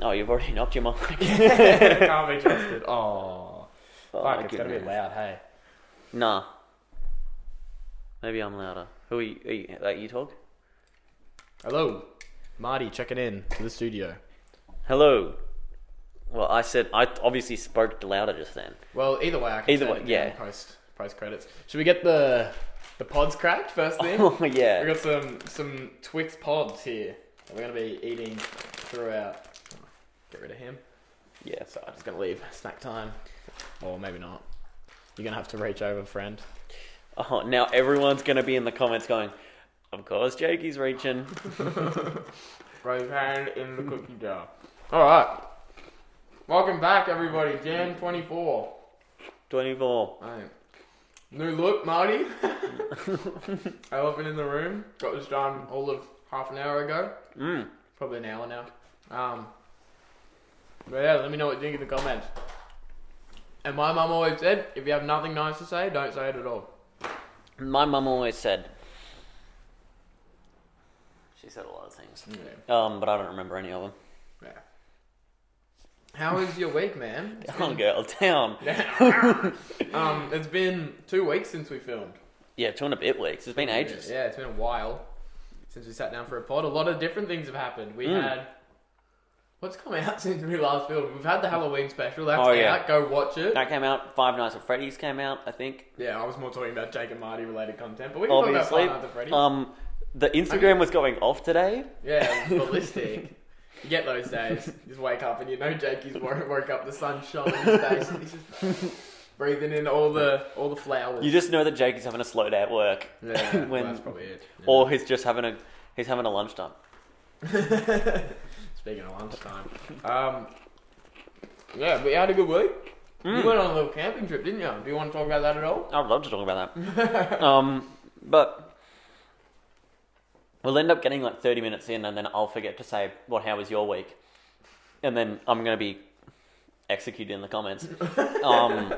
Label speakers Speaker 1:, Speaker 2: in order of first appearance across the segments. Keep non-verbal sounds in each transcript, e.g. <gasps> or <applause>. Speaker 1: Oh, you've already knocked
Speaker 2: <laughs>
Speaker 1: your mic.
Speaker 2: Can't be trusted. Oh,
Speaker 1: Oh,
Speaker 2: fuck,
Speaker 1: my
Speaker 2: it's gonna be
Speaker 1: goodness.
Speaker 2: loud. Hey,
Speaker 1: Nah. Maybe I'm louder. Who are you? Are you like you talk?
Speaker 2: hello, Marty, checking in to the studio.
Speaker 1: Hello. Well, I said I obviously spoke louder just then. <laughs>
Speaker 2: Well, either way, I can
Speaker 1: Either
Speaker 2: turn
Speaker 1: way,
Speaker 2: it down
Speaker 1: yeah.
Speaker 2: Post post credits. Should we get the the pods
Speaker 1: <laughs>
Speaker 2: cracked first thing?
Speaker 1: Oh
Speaker 2: We
Speaker 1: yeah.
Speaker 2: got some some Twix pods here. that We're gonna be eating throughout. Get rid of him.
Speaker 1: Yeah.
Speaker 2: So I'm just gonna leave snack time, or maybe not. You're gonna have to reach over, friend.
Speaker 1: Oh, now everyone's gonna be in the comments going. Of course, Jakey's
Speaker 2: <laughs>
Speaker 1: reaching.
Speaker 2: Right hand in the cookie jar. All right. Welcome back, everybody. Jan 24.
Speaker 1: Twenty-four.
Speaker 2: Right. New look, <laughs> Marty. Elephant in the room. Got this done all of half an hour ago.
Speaker 1: Mm.
Speaker 2: Probably an hour now. Um, but yeah, let me know what you think in the comments. And my mum always said, if you have nothing nice to say, don't say it at all.
Speaker 1: My mum always said. She said a lot of things.
Speaker 2: Yeah.
Speaker 1: Um, but I don't remember any of them. <laughs>
Speaker 2: yeah. How is your week, <laughs> man?
Speaker 1: Down, girl, down. <laughs>
Speaker 2: um, it's been two weeks since we filmed.
Speaker 1: Yeah, two and a bit weeks. It's been ages.
Speaker 2: Yeah, it's been a while since we sat down for a pod. A lot of different things have happened. We
Speaker 1: Mm.
Speaker 2: had what's come out <laughs> since we last filmed. We've had the Halloween special. That's
Speaker 1: Oh,
Speaker 2: out.
Speaker 1: yeah.
Speaker 2: Go watch it.
Speaker 1: That came out. Five Nights at Freddy's came out, I think.
Speaker 2: Yeah, I was more talking about Jake and Marty related content, but we can
Speaker 1: Obviously.
Speaker 2: talk about Five Nights at Freddy's.
Speaker 1: Um, the Instagram was going off today.
Speaker 2: yeah, ballistic. You get those days. You just wake up and you know Jakey's woke, woke up. The sun shone in his face. And he's just
Speaker 1: <laughs>
Speaker 2: breathing in all the all the flowers.
Speaker 1: You just know that Jake is having a slow day at work,
Speaker 2: yeah,
Speaker 1: <laughs>
Speaker 2: well,
Speaker 1: when-
Speaker 2: that's probably it. Yeah.
Speaker 1: or he's just having a he's having a lunchtime.
Speaker 2: <laughs> Speaking of lunchtime. Um, yeah, but you had a good week. You went on a little camping trip, didn't you? Do you want to talk about that at all?
Speaker 1: I'd love to talk about that. um, but we'll end up getting like thirty minutes in, and then I'll forget to say what how was your week, and then I'm gonna be executed in the
Speaker 2: <laughs>
Speaker 1: comments. Um,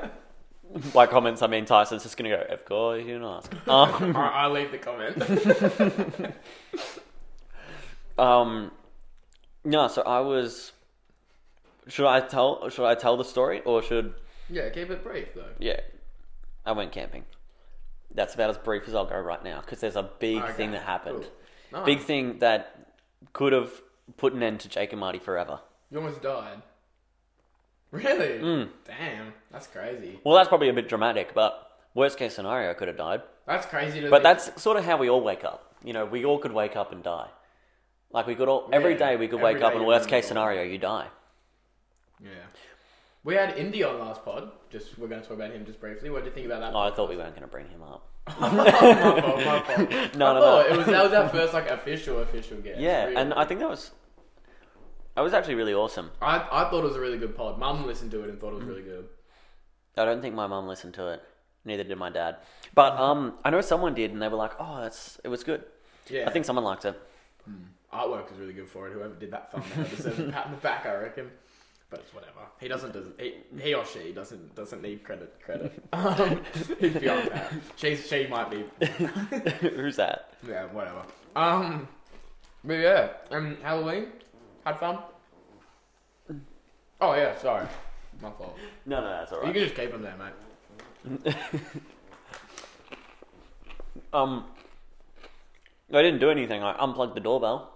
Speaker 1: by comments I mean Tyson's just gonna go, of course you not.
Speaker 2: <laughs>
Speaker 1: Um,
Speaker 2: <laughs> I, I'll leave the comment. <laughs>
Speaker 1: Um, no, so I was. Should I tell? Should I tell the story, or should?
Speaker 2: yeah, keep it brief, though.
Speaker 1: Yeah, I went camping. That's about as brief as I'll go right now, because there's a big
Speaker 2: Okay,
Speaker 1: thing that happened.
Speaker 2: cool. Nice.
Speaker 1: Big thing that could have put an end to Jake and Marty forever.
Speaker 2: You almost died. Really? Damn, that's crazy.
Speaker 1: Well, that's probably a bit dramatic, but worst case scenario, I could have died.
Speaker 2: That's crazy to
Speaker 1: But
Speaker 2: think-
Speaker 1: that's sort of how we all wake up. You know, we all could wake up and die. Like we could all every
Speaker 2: Yeah,
Speaker 1: day we could
Speaker 2: every
Speaker 1: wake
Speaker 2: day
Speaker 1: up, and
Speaker 2: you
Speaker 1: worst
Speaker 2: wouldn't
Speaker 1: case
Speaker 2: die.
Speaker 1: scenario, you die.
Speaker 2: Yeah. We had Indy on last pod. Just We're going to talk about him just briefly. What do you think about that?
Speaker 1: Oh, I thought we weren't going to bring him up.
Speaker 2: <laughs> my fault, my fault.
Speaker 1: No, no,
Speaker 2: <laughs> I
Speaker 1: no.
Speaker 2: thought It was, that was our first like official, official guest.
Speaker 1: Yeah,
Speaker 2: really.
Speaker 1: and I think that was that was actually really awesome.
Speaker 2: I, I thought it was a really good pod. Mum listened to it and thought it was really good.
Speaker 1: I don't think my mum listened to it. Neither did my dad. But um, I know someone did, and they were like, "Oh, that's it was good."
Speaker 2: Yeah,
Speaker 1: I think someone liked <laughs> it.
Speaker 2: artwork was really good for it. Whoever did that thumbnail deserves a pat on the back, I reckon. But it's whatever. He doesn't. does he, he or she doesn't doesn't need credit. Credit. Um, he's beyond that. She's she might be.
Speaker 1: Who's that?
Speaker 2: Yeah, whatever. Um, but yeah, um, Halloween had fun. Oh yeah, sorry, my fault.
Speaker 1: No, no, that's all
Speaker 2: You
Speaker 1: right.
Speaker 2: can just keep them there, mate.
Speaker 1: <laughs> Um, I didn't do anything. I unplugged the doorbell.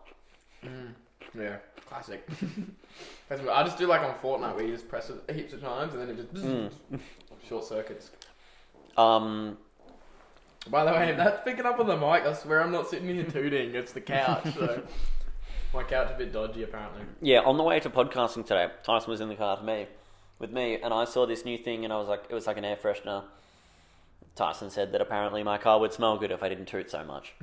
Speaker 2: Yeah, classic. <laughs> That's what I just do like on Fortnite where you just press it heaps of times and then it just <laughs> short circuits.
Speaker 1: Um,
Speaker 2: By the way, if that's picking up on the mic. I swear I'm not sitting here tooting. It's the couch. So my couch's a bit dodgy apparently.
Speaker 1: yeah, on the way to podcasting today, Tyson was in the car with me, with me, and I saw this new thing, and I was like, it was like an air freshener. Tyson said that apparently my car would smell good if I didn't toot so much.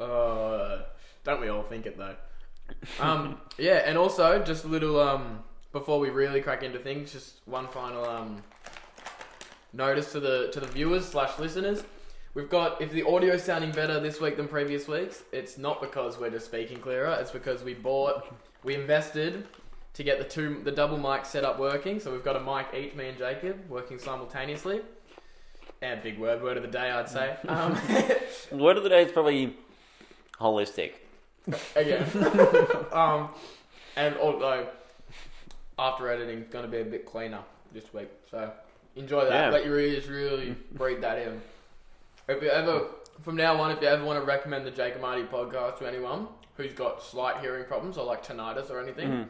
Speaker 2: Uh, don't we all think it though? Um, <laughs> yeah, and also just a little um before we really crack into things, just one final um notice to the to the viewers slash listeners. We've got if the audio's sounding better this week than previous weeks, it's not because we're just speaking clearer. It's because we bought, we invested to get the two the double mic setup working. So we've got a mic each, me and Jacob, working simultaneously. And big word word of the day, I'd say. Um, <laughs>
Speaker 1: Word of the day is probably holistic.
Speaker 2: Again. um, And although after editing, gonna be a bit cleaner this week. So enjoy that.
Speaker 1: Yeah.
Speaker 2: Let your ears really breathe that in. If you ever, from now on, if you ever want to recommend the Jake and Marty podcast to anyone who's got slight hearing problems or like tinnitus or anything,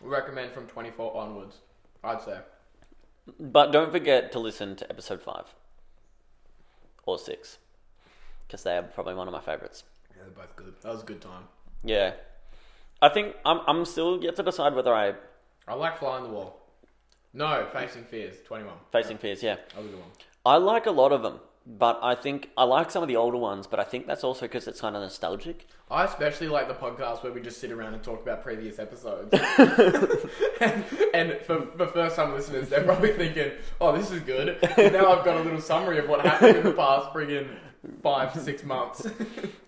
Speaker 2: recommend from 24 onwards. I'd say.
Speaker 1: But don't forget to listen to episode five or six because they are probably one of my favorites.
Speaker 2: Yeah, they're both good. That was a good time.
Speaker 1: Yeah, I think I'm I'm still yet to decide whether I
Speaker 2: I like flying the wall. No, facing fears. 21.
Speaker 1: facing fears. Yeah,
Speaker 2: That was a good one.
Speaker 1: I like a lot of them, but I think I like some of the older ones. But I think that's also because it's kind of nostalgic.
Speaker 2: I especially like the podcast where we just sit around and talk about
Speaker 1: <laughs>
Speaker 2: previous episodes. <laughs> and and for, for first time listeners, they're probably thinking, oh, this is good. now I've got a little summary of what happened in the past friggin' five, six months. <laughs>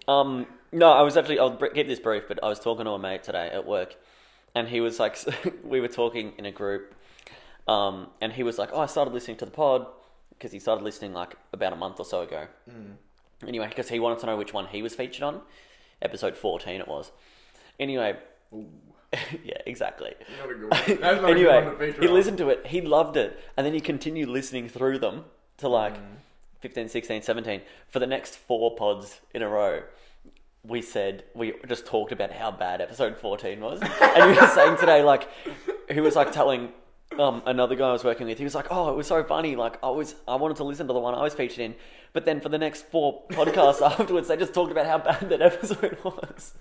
Speaker 1: Um, no, I was actually I'll br- keep this brief, but I was talking to a mate today at work, and he was like, <laughs> we were talking in a group, um, and he was like, oh, I started listening to the pod because he started listening like about a month or so ago. Anyway, because he wanted to know which one he was featured on, episode fourteen it was. Anyway, <laughs> yeah, exactly.
Speaker 2: Not a good
Speaker 1: <laughs>
Speaker 2: one. That's not a good one to
Speaker 1: anyway,
Speaker 2: feature
Speaker 1: he
Speaker 2: on.
Speaker 1: listened to it. He loved it. And then he continued listening through them to like
Speaker 2: Mm.
Speaker 1: fifteen, sixteen, seventeen 15, 16, 17 for the next four pods in a row. We said, we just talked about how bad episode 14
Speaker 2: <laughs>
Speaker 1: was. and he was saying today, like, he was like telling um, another guy I was working with, he was like, oh, it was so funny. Like, I was, I wanted to listen to the one I was featured in. But then for the next four podcasts <laughs> afterwards, they just talked about how bad that episode <laughs> was.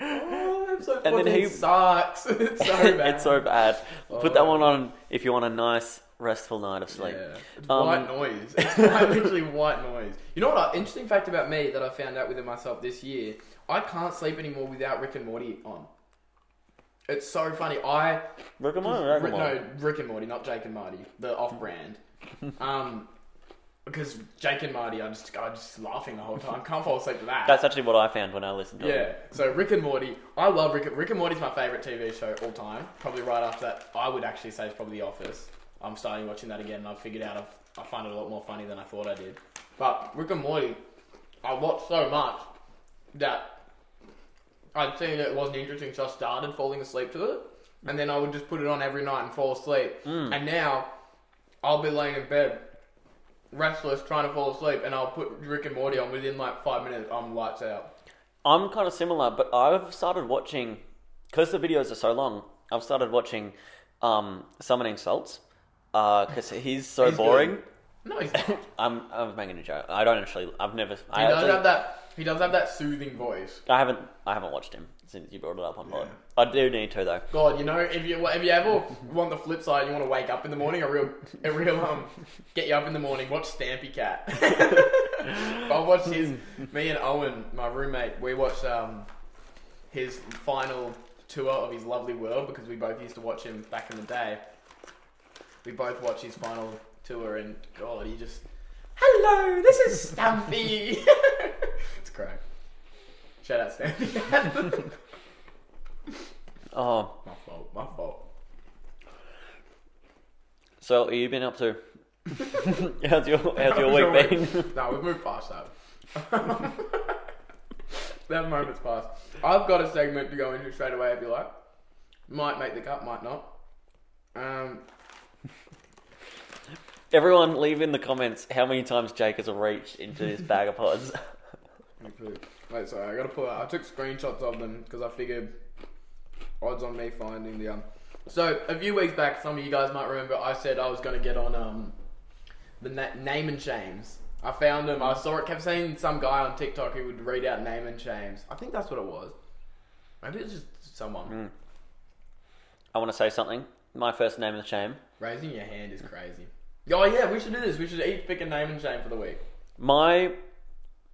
Speaker 2: Oh, episode
Speaker 1: And then
Speaker 2: 14
Speaker 1: he-
Speaker 2: sucks. <laughs> it's so
Speaker 1: <laughs>
Speaker 2: bad.
Speaker 1: it's so bad. Put that
Speaker 2: Oh.
Speaker 1: one on if you want a nice, restful night of sleep.
Speaker 2: Yeah. It's
Speaker 1: Um,
Speaker 2: white noise. It's quite literally white noise. You know what? An interesting fact about me that I found out within myself this year: I can't sleep anymore without Rick and Morty on. It's so funny. I
Speaker 1: Rick and Morty, Rick and Morty.
Speaker 2: no Rick and Morty, not Jake and Marty, the off-brand. um, because Jake and Marty, I just I just laughing the whole time. Can't fall asleep to that.
Speaker 1: That's actually what I found when I listened to
Speaker 2: yeah.
Speaker 1: it.
Speaker 2: So Rick and Morty, I love Rick. Rick and Morty's my favorite TV show all time. Probably right after that, I would actually say it's probably The Office. I'm starting watching that again, and I've figured out I've, I find it a lot more funny than I thought I did. But Rick and Morty, I watched so much that I'd seen it wasn't interesting, so I started falling asleep to it, and then I would just put it on every night and fall asleep. And now I'll be laying in bed. Restless, trying to fall asleep, and I'll put Rick and Morty on within like five minutes. I'm lights out.
Speaker 1: I'm kind of similar, but I've started watching because the videos are so long. I've started watching um, Summoning Salts because he's so
Speaker 2: He's good.
Speaker 1: boring.
Speaker 2: No, he's not.
Speaker 1: I'm, I'm making a joke. I don't actually. I've never. I,
Speaker 2: He does
Speaker 1: actually-
Speaker 2: have that. He does have that soothing voice.
Speaker 1: I haven't. I haven't watched him since you brought it up on pod.
Speaker 2: Yeah.
Speaker 1: I do need to though.
Speaker 2: God, you know, if you if you ever want the flip side, you want to wake up in the morning, a real a real um, get you up in the morning. Watch Stampy <laughs> Cat. I watched his. Me and Owen, my roommate, we watched um, his final tour of his lovely world because we both used to watch him back in the day. We both watched his final tour, and God, he just. Hello, this is Stampy. <laughs> it's great. Shout out Stampy.
Speaker 1: Oh,
Speaker 2: <laughs> my fault. My fault. <laughs>
Speaker 1: so what have you been up to? <laughs> how's your How's your
Speaker 2: Sorry.
Speaker 1: week been? <laughs>
Speaker 2: no, we've moved past that. <laughs> that moment's past. I've got a segment to go into straight away if you like. Might make the cut, might not. Um,
Speaker 1: Everyone, leave in the comments how many times Jake has reached into this bag of pods. <laughs>
Speaker 2: wait, sorry, I gotta pull out. I took screenshots of them because I figured odds on me finding the um. So a few weeks back, some of you guys might remember I said I was gonna get on um the na- name and shames. I found them. I saw it. Kept seeing some guy on TikTok who would read out name and shames. I think that's what it was. Maybe it was just someone.
Speaker 1: I want to say something. My first name is Shame.
Speaker 2: Raising your hand is crazy. Oh yeah, we should do this. We should each pick a name and shame for the week.
Speaker 1: My.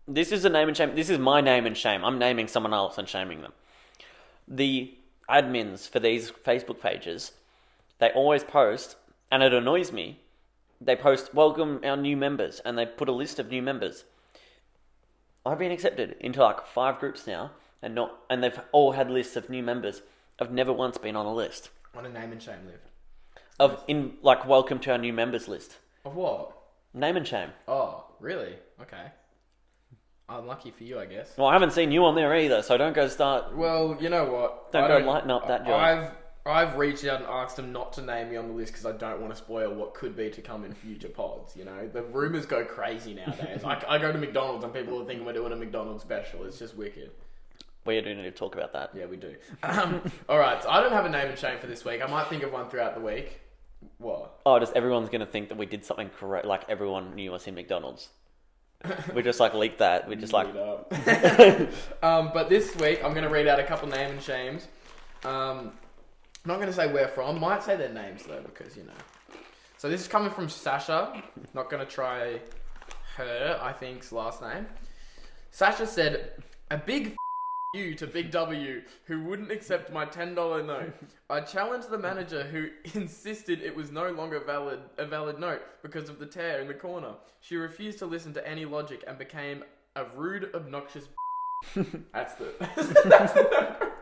Speaker 1: This is a name and shame. This is my name and shame. I'm naming someone else and shaming them. The admins for these Facebook pages, they always post, and it annoys me. They post, welcome our new members, and they put a list of new members. I've been accepted into like five groups now, and not, and they've all had lists of new members. I've never once been on a list
Speaker 2: On a name and shame live.
Speaker 1: of in like welcome to our new members list.
Speaker 2: Of what?
Speaker 1: Name and shame.
Speaker 2: Oh, really? Okay. Unlucky for you, I guess.
Speaker 1: Well, I haven't seen you on there either, so don't go start.
Speaker 2: Well, you know what?
Speaker 1: Don't
Speaker 2: I
Speaker 1: go lighten up that joint.
Speaker 2: I've I've reached out and asked them not to name me on the list because I don't want to spoil what could be to come in future pods. You know, the rumors go crazy
Speaker 1: <laughs>
Speaker 2: nowadays. like I go to McDonald's and people are thinking we're doing a McDonald's special. It's just wicked.
Speaker 1: We do need to talk about that.
Speaker 2: Yeah, we do.
Speaker 1: <laughs>
Speaker 2: Um, all right, so I don't have a name and shame for this week. I might think of one throughout the week. What?
Speaker 1: Oh, just everyone's going to think that we did something correct. Like everyone knew us in
Speaker 2: <laughs>
Speaker 1: McDonald's. we just like leaked that. We just like <laughs>
Speaker 2: Read up. um, but this week I'm going to read out a couple name and shames. Um, I'm not going to say where from. Might say their names though, because you know. So this is coming from Sasha. Not going to try her. I think's last name. Sasha said, "A big f- you to Big W, who wouldn't accept my ten dollar note. I challenged the manager, who <laughs> insisted it was no longer valid a valid note because of the tear in the corner. She refused to listen to any logic and became a rude, obnoxious. that's the. that's the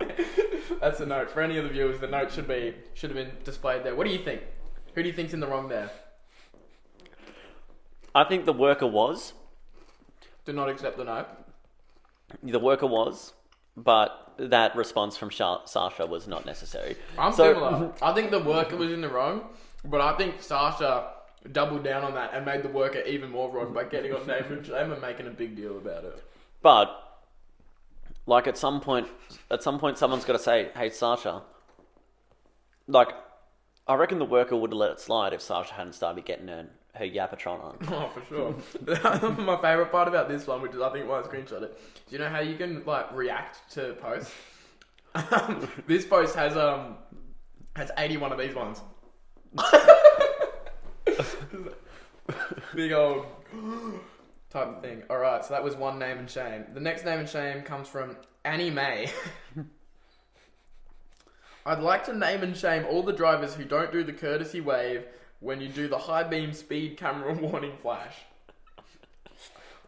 Speaker 2: that's the note. For any of the viewers, the note should be should have been displayed there. What do you think? Who do you think's in the wrong there?
Speaker 1: I think the worker was
Speaker 2: Do not accept the note.
Speaker 1: the worker was, but that response from Sha- Sasha was not necessary.
Speaker 2: I'm
Speaker 1: So-
Speaker 2: similar. I think the worker was in the wrong, but I think Sasha doubled down on that and made the worker even more wrong by getting on name and shame and making a big deal about it.
Speaker 1: <laughs> But like at some point, at some point, someone's got to say, "Hey, Sasha." Like, I reckon the worker would have let it slide if Sasha hadn't started getting her, her yapatron on.
Speaker 2: <laughs> Oh, for sure. <laughs> My favorite part about this one, which is I think why I screenshot it, do you know how you can like react to posts? Um, this post has um has eighty one of these ones. <laughs> Big old <gasps> type of thing. All right, so that was one name and shame. The next name and shame comes from Annie May. <laughs> I'd like to name and shame all the drivers who don't do the courtesy wave when you do the high beam speed camera <laughs> warning flash.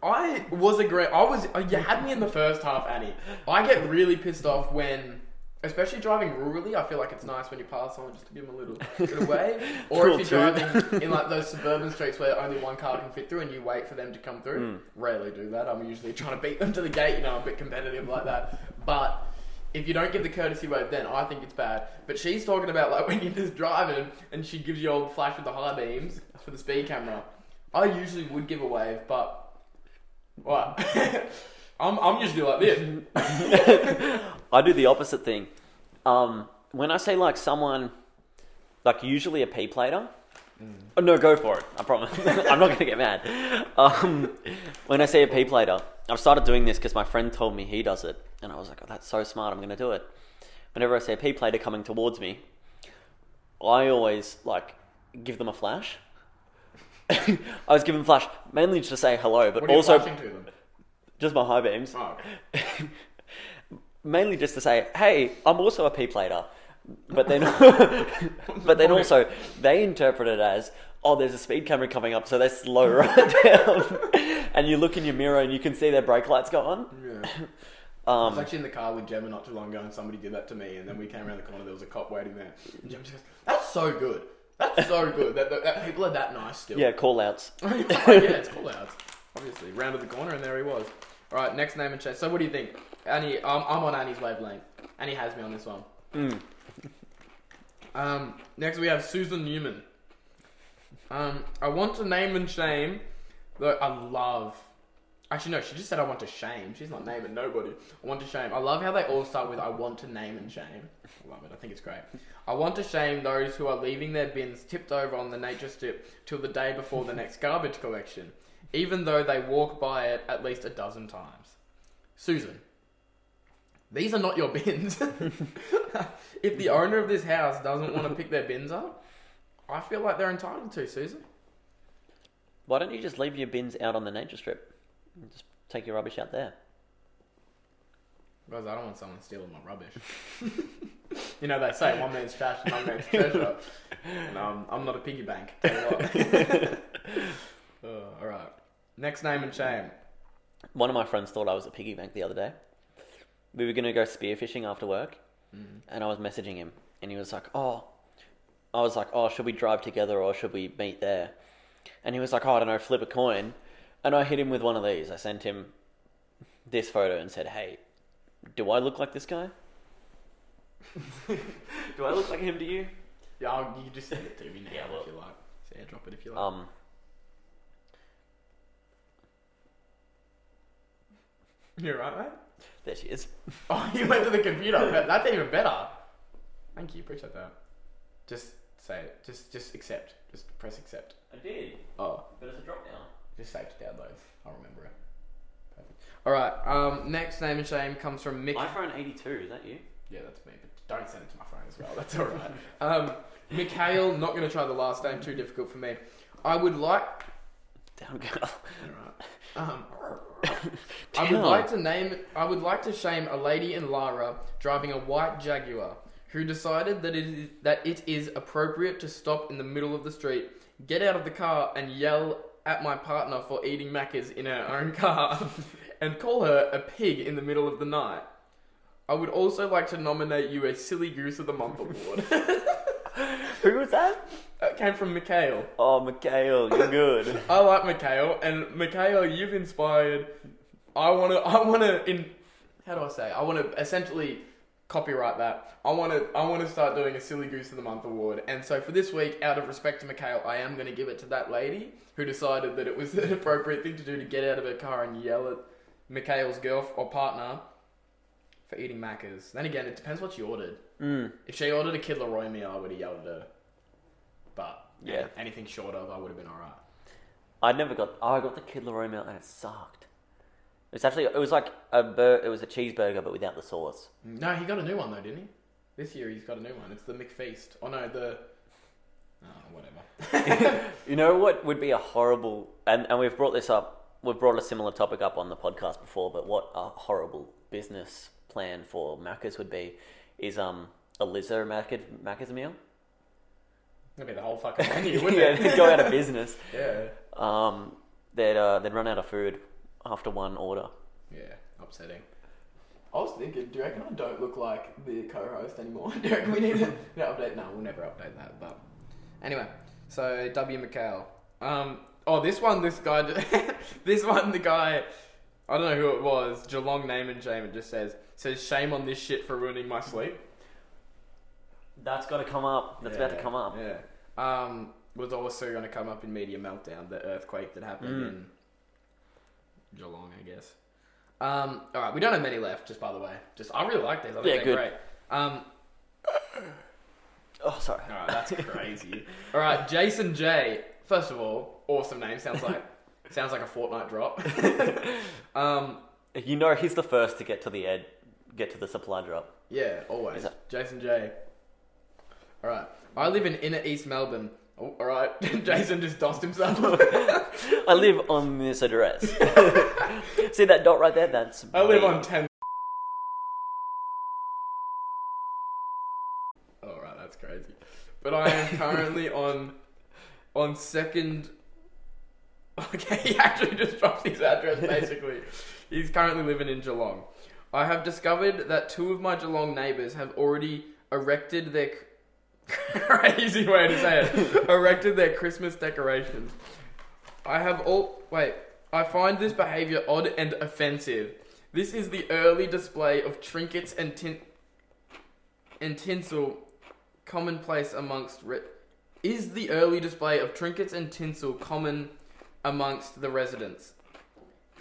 Speaker 2: I was agree. I was. uh, You had me in the first half, Annie. I get really pissed off when, especially driving rurally. I feel like it's nice when you pass someone just to give them a little,
Speaker 1: <laughs>
Speaker 2: little wave. Or
Speaker 1: Cool
Speaker 2: if you're
Speaker 1: too.
Speaker 2: driving in
Speaker 1: <laughs>
Speaker 2: like those suburban streets where only one car can fit through, and you wait for them to come
Speaker 1: Mm.
Speaker 2: through. Rarely do that. I'm usually trying to beat them to the gate. You know, I'm a bit competitive like that. But if you don't give the courtesy wave, then I think it's bad. But she's talking about like <laughs> when you're just driving and she gives you old flash with the high beams for the speed camera. I usually would give a wave, but what? <laughs> I'm I'm usually like this.
Speaker 1: <laughs> I do the opposite thing. Um, when I say like someone, like usually a P plater.
Speaker 2: Mm.
Speaker 1: Oh, no, go for it. I promise. <laughs> I'm not going to get mad. Um, when I say a P plater, I've started doing this because my friend told me he does it, and I was like, oh, "That's so smart. I'm going to do it." Whenever I see a P plater coming towards me, I always like give them a flash. <laughs> I was giving flash mainly just to say hello, but
Speaker 2: What are you
Speaker 1: also
Speaker 2: flashing to them?
Speaker 1: just my high beams
Speaker 2: Oh,
Speaker 1: <laughs> mainly just to say, "Hey, I'm also a P plater," but then, but then also they interpret it as, "Oh, there's a speed camera coming up, so they slow right <laughs> down." and you look in your mirror and you can see their brake lights go on.
Speaker 2: yeah. I was
Speaker 1: Um,
Speaker 2: actually in the car with Gemma not too long ago, and somebody did that to me. And then we came around the corner. There was a cop waiting there. And Gemma just goes, "That's so good. That's so good. That, that, that people are that nice still."
Speaker 1: yeah, call outs.
Speaker 2: <laughs> Like, Oh, yeah, it's called out. Obviously, rounded the corner, and there he was. All right, next name and change. So, what do you think, Annie? Um, I'm on Annie's wavelength. Annie has me on this one. <laughs> Um, next we have Susan Newman. Um, I want to name and shame. Though I love. Actually, no. She just said I want to shame. She's not naming nobody. I want to shame. I love how they all start with I want to name and shame. <laughs> I love it. I think it's great. I want to shame those who are leaving their bins tipped over on the nature strip till the day before the next garbage collection, even though they walk by it at least a dozen times. Susan, these are not your <laughs> bins. if the owner of this house doesn't want to pick their bins up, I feel like they're entitled to, Susan.
Speaker 1: Why don't you just leave your bins out on the nature strip? And just take your rubbish out there.
Speaker 2: Because I don't want someone stealing my rubbish. <laughs> you know, they say one man's trash is one man's treasure. And um, I'm not a piggy bank. tell you
Speaker 1: <laughs>
Speaker 2: what. <laughs> Uh, all right. Next name and shame.
Speaker 1: One of my friends thought I was a piggy bank the other day. We were going to go spearfishing after work, and I was messaging him, and he was like, "Oh," I was like, "Oh, should we drive together or should we meet there?" And he was like, "Oh, I don't know, flip a coin," and I hit him with one of these. I sent him this photo and said, "Hey, do I look like this <laughs> guy? do I look like him to you?"
Speaker 2: Yeah, I'll, you just send it to me now
Speaker 1: Yeah, well-
Speaker 2: if you like. Just airdrop it if you like.
Speaker 1: Um.
Speaker 2: You're right, mate. <laughs>
Speaker 1: There she is.
Speaker 2: Oh, you went to the computer. That- That's even better. Thank you. Appreciate that. Just say it. Just, just accept. Just press accept.
Speaker 1: I did,
Speaker 2: Oh,
Speaker 1: but it's a drop down.
Speaker 2: just save to download. I'll remember it. Perfect. All right. Um, next name and shame comes from Mick.
Speaker 1: iPhone 82, is that you?
Speaker 2: Yeah, that's me. But don't send it to my phone as well. <laughs> That's all right. um, Mikhail. Not going to try the last name. Too difficult for me. I would like.
Speaker 1: Down girl. <laughs>
Speaker 2: All right. Um, I would
Speaker 1: Down.
Speaker 2: like to name. I would like to shame a lady in Lara driving a white Jaguar who decided that it is, that it is appropriate to stop in the middle of the street, get out of the car, and yell at my partner for eating macas in her own car, <laughs> and call her a pig in the middle of the night. I would also like to nominate you as Silly Goose of the Month award. <laughs>
Speaker 1: Who was that?
Speaker 2: that came from Mikhail.
Speaker 1: Oh, Mikhail, you're good.
Speaker 2: I like Mikhail, and Mikhail, you've inspired. I want to. I want to. In how do I say? I want to essentially copyright that. I want to. I want to start doing a silly goose of the month award. And so for this week, out of respect to Mikhail, I am going to give it to that lady who decided that it was <laughs> an appropriate thing to do to get out of her car and yell at Mikhail's girl or partner for eating macas. Then again, it depends what she ordered.
Speaker 1: Mm.
Speaker 2: If she ordered a Kid Leroy meal, I would have yelled at her. But
Speaker 1: Yeah.
Speaker 2: anything short of, I would have been alright.
Speaker 1: I never got. Oh, I got the Kid Leroy meal and it sucked. It's actually it was like a bur- it was a cheeseburger but without the sauce.
Speaker 2: No, he got a new one though, didn't he? This year he's got a new one. It's the McFeast. Oh no, the oh, whatever. <laughs>
Speaker 1: You know what would be a horrible and and we've brought this up. We've brought a similar topic up on the podcast before, but what a horrible business plan for Macca's would be is um a Lizzo Macca, Macca's meal. <laughs>
Speaker 2: That'd be the whole fucking menu, wouldn't
Speaker 1: yeah,
Speaker 2: it?
Speaker 1: they'd go out of business.
Speaker 2: <laughs> yeah,
Speaker 1: Um, they'd uh, they'd run out of food after one order.
Speaker 2: yeah, upsetting. I was thinking, do you reckon I don't look like the co-host anymore? <laughs> do you reckon we need to no, update? No, we'll never update that. But anyway, so W. McHale. Um, oh, this one, this guy, <laughs> d- this one, the guy. I don't know who it was. Geelong name and shame. It just says says shame on this shit for ruining my sleep.
Speaker 1: That's got to come up. That's about to come up.
Speaker 2: Yeah. Um, was also going to come up in Media Meltdown, the earthquake that happened
Speaker 1: Mm.
Speaker 2: in Geelong, I guess. Um, all right, we don't have many left, just by the way. Just I really like these. I think
Speaker 1: Yeah,
Speaker 2: they're
Speaker 1: good.
Speaker 2: great. Um,
Speaker 1: Oh, sorry.
Speaker 2: all right, that's <laughs> crazy. all right, Jason J. First of all, awesome name.
Speaker 1: <laughs>
Speaker 2: Sounds like sounds like a Fortnite drop. um,
Speaker 1: You know he's the first to get to the ed, get to the supply drop.
Speaker 2: Yeah, always.
Speaker 1: Is it-
Speaker 2: Jason J. All right. I live in inner East Melbourne. Oh, all right. <laughs> Jason just dosed himself.
Speaker 1: <laughs> I live on this
Speaker 2: <laughs>
Speaker 1: address. See that dot right there? That's
Speaker 2: I live
Speaker 1: me.
Speaker 2: on 10. Alright, that's crazy. But I am currently on on second. <laughs> Okay, he actually just dropped his address basically. He's currently living in Geelong. I have discovered that two of my Geelong neighbours have already erected their. <laughs> Crazy way to say it. erected their Christmas decorations. I have all. Wait. I find this behavior odd and offensive. This is the early display of trinkets and tin and tinsel commonplace amongst re- is the early display of trinkets and tinsel common amongst the residents.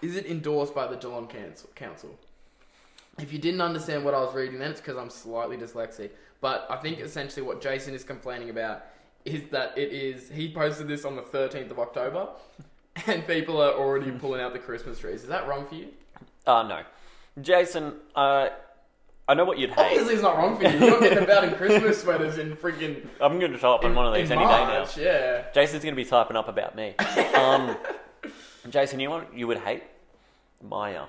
Speaker 2: Is it endorsed by the Geelong Council? Council? If you didn't understand what I was reading, then it's because I'm slightly dyslexic. But I think essentially what Jason is complaining about is that it is. He posted this on the 13th of October, <laughs> and people are already pulling out the Christmas trees. Is that wrong for you?
Speaker 1: Oh no, Jason. Uh, I know what you'd hate.
Speaker 2: Obviously, it's not wrong for you. You're getting about in Christmas sweaters in freaking.
Speaker 1: I'm going to type on one of
Speaker 2: in
Speaker 1: these any day now.
Speaker 2: March, Yeah.
Speaker 1: Jason's going to be typing up about me. Um, <laughs> Jason, you want you would hate Maya.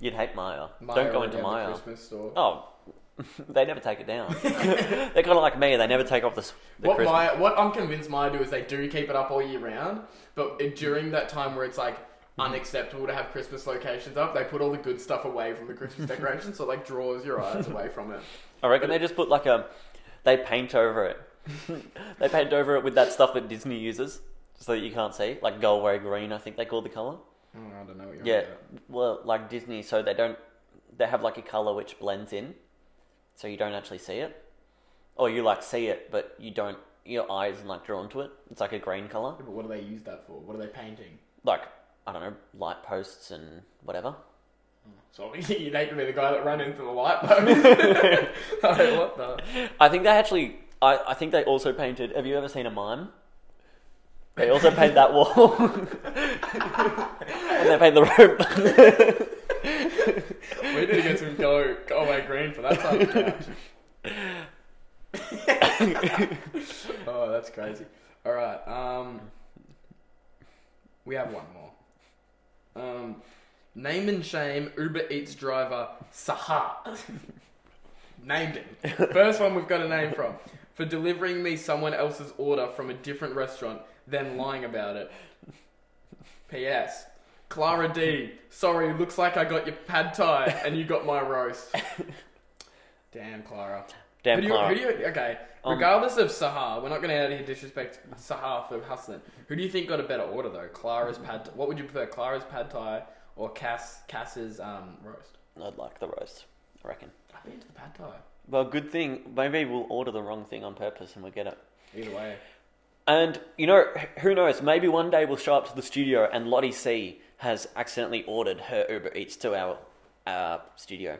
Speaker 1: You'd hate Maya. Don't go
Speaker 2: went
Speaker 1: into
Speaker 2: down the
Speaker 1: Maya.
Speaker 2: Christmas store.
Speaker 1: Oh, <laughs> they never take it down. <laughs> They're kind of like me. They never take off the. s- the
Speaker 2: what
Speaker 1: Christmas.
Speaker 2: Maya? What I'm convinced Maya do is they do keep it up all year round, but it- during that time where it's like
Speaker 1: Mm-hmm.
Speaker 2: unacceptable to have Christmas locations up, they put all the good stuff away from
Speaker 1: <laughs>
Speaker 2: the Christmas decorations, so it like draws your eyes away from <laughs> it.
Speaker 1: I reckon they just put like a. They paint over it. <laughs> they paint over it with that stuff that Disney uses, so that you can't see, like Galway green. I think they call the color.
Speaker 2: Mm, I don't know what you're on
Speaker 1: Yeah,
Speaker 2: about.
Speaker 1: well, like Disney, so they don't they have like a color which blends in, so you don't actually see it, or you like see it but you don't your eyes isn't like drawn to it. It's like a green color,
Speaker 2: Yeah, but what do they use that for? What are they painting?
Speaker 1: like I don't know light posts and whatever.
Speaker 2: So <laughs> obviously you'd hate to be the guy that ran into
Speaker 1: <laughs>
Speaker 2: the light bulb. <laughs> Like, what the? <laughs>
Speaker 1: I think they actually. I, I think they also painted. Have you ever seen a mime? They also paint that wall, <laughs> and they paint the rope. <laughs>
Speaker 2: We need to get some go go away green for that type of couch. <laughs> oh, that's crazy. All right, um, we have one more. Um, name and shame Uber Eats driver Sahar. Named him. First one we've got a name from for delivering me someone else's order from a different restaurant, then lying about it. P.S. Clara D. Sorry, looks like I got your pad thai and you got my roast. Damn, Clara.
Speaker 1: Damn
Speaker 2: who do you,
Speaker 1: Clara.
Speaker 2: Who do you, okay,
Speaker 1: Um,
Speaker 2: regardless of Sahar, we're not going to out here disrespect Sahar for hustling. Who do you think got a better order though? Clara's pad. Thai- what would you prefer, Clara's pad thai or Cass Cass's um, roast?
Speaker 1: I'd like the roast. I reckon.
Speaker 2: I've been to the pad thai.
Speaker 1: Well, good thing. Maybe we'll order the wrong thing on purpose and we'll get it.
Speaker 2: Either way,
Speaker 1: And you know, wh- who knows? Maybe one day we'll show up to the studio and Lottie C has accidentally ordered her Uber Eats to our uh, studio.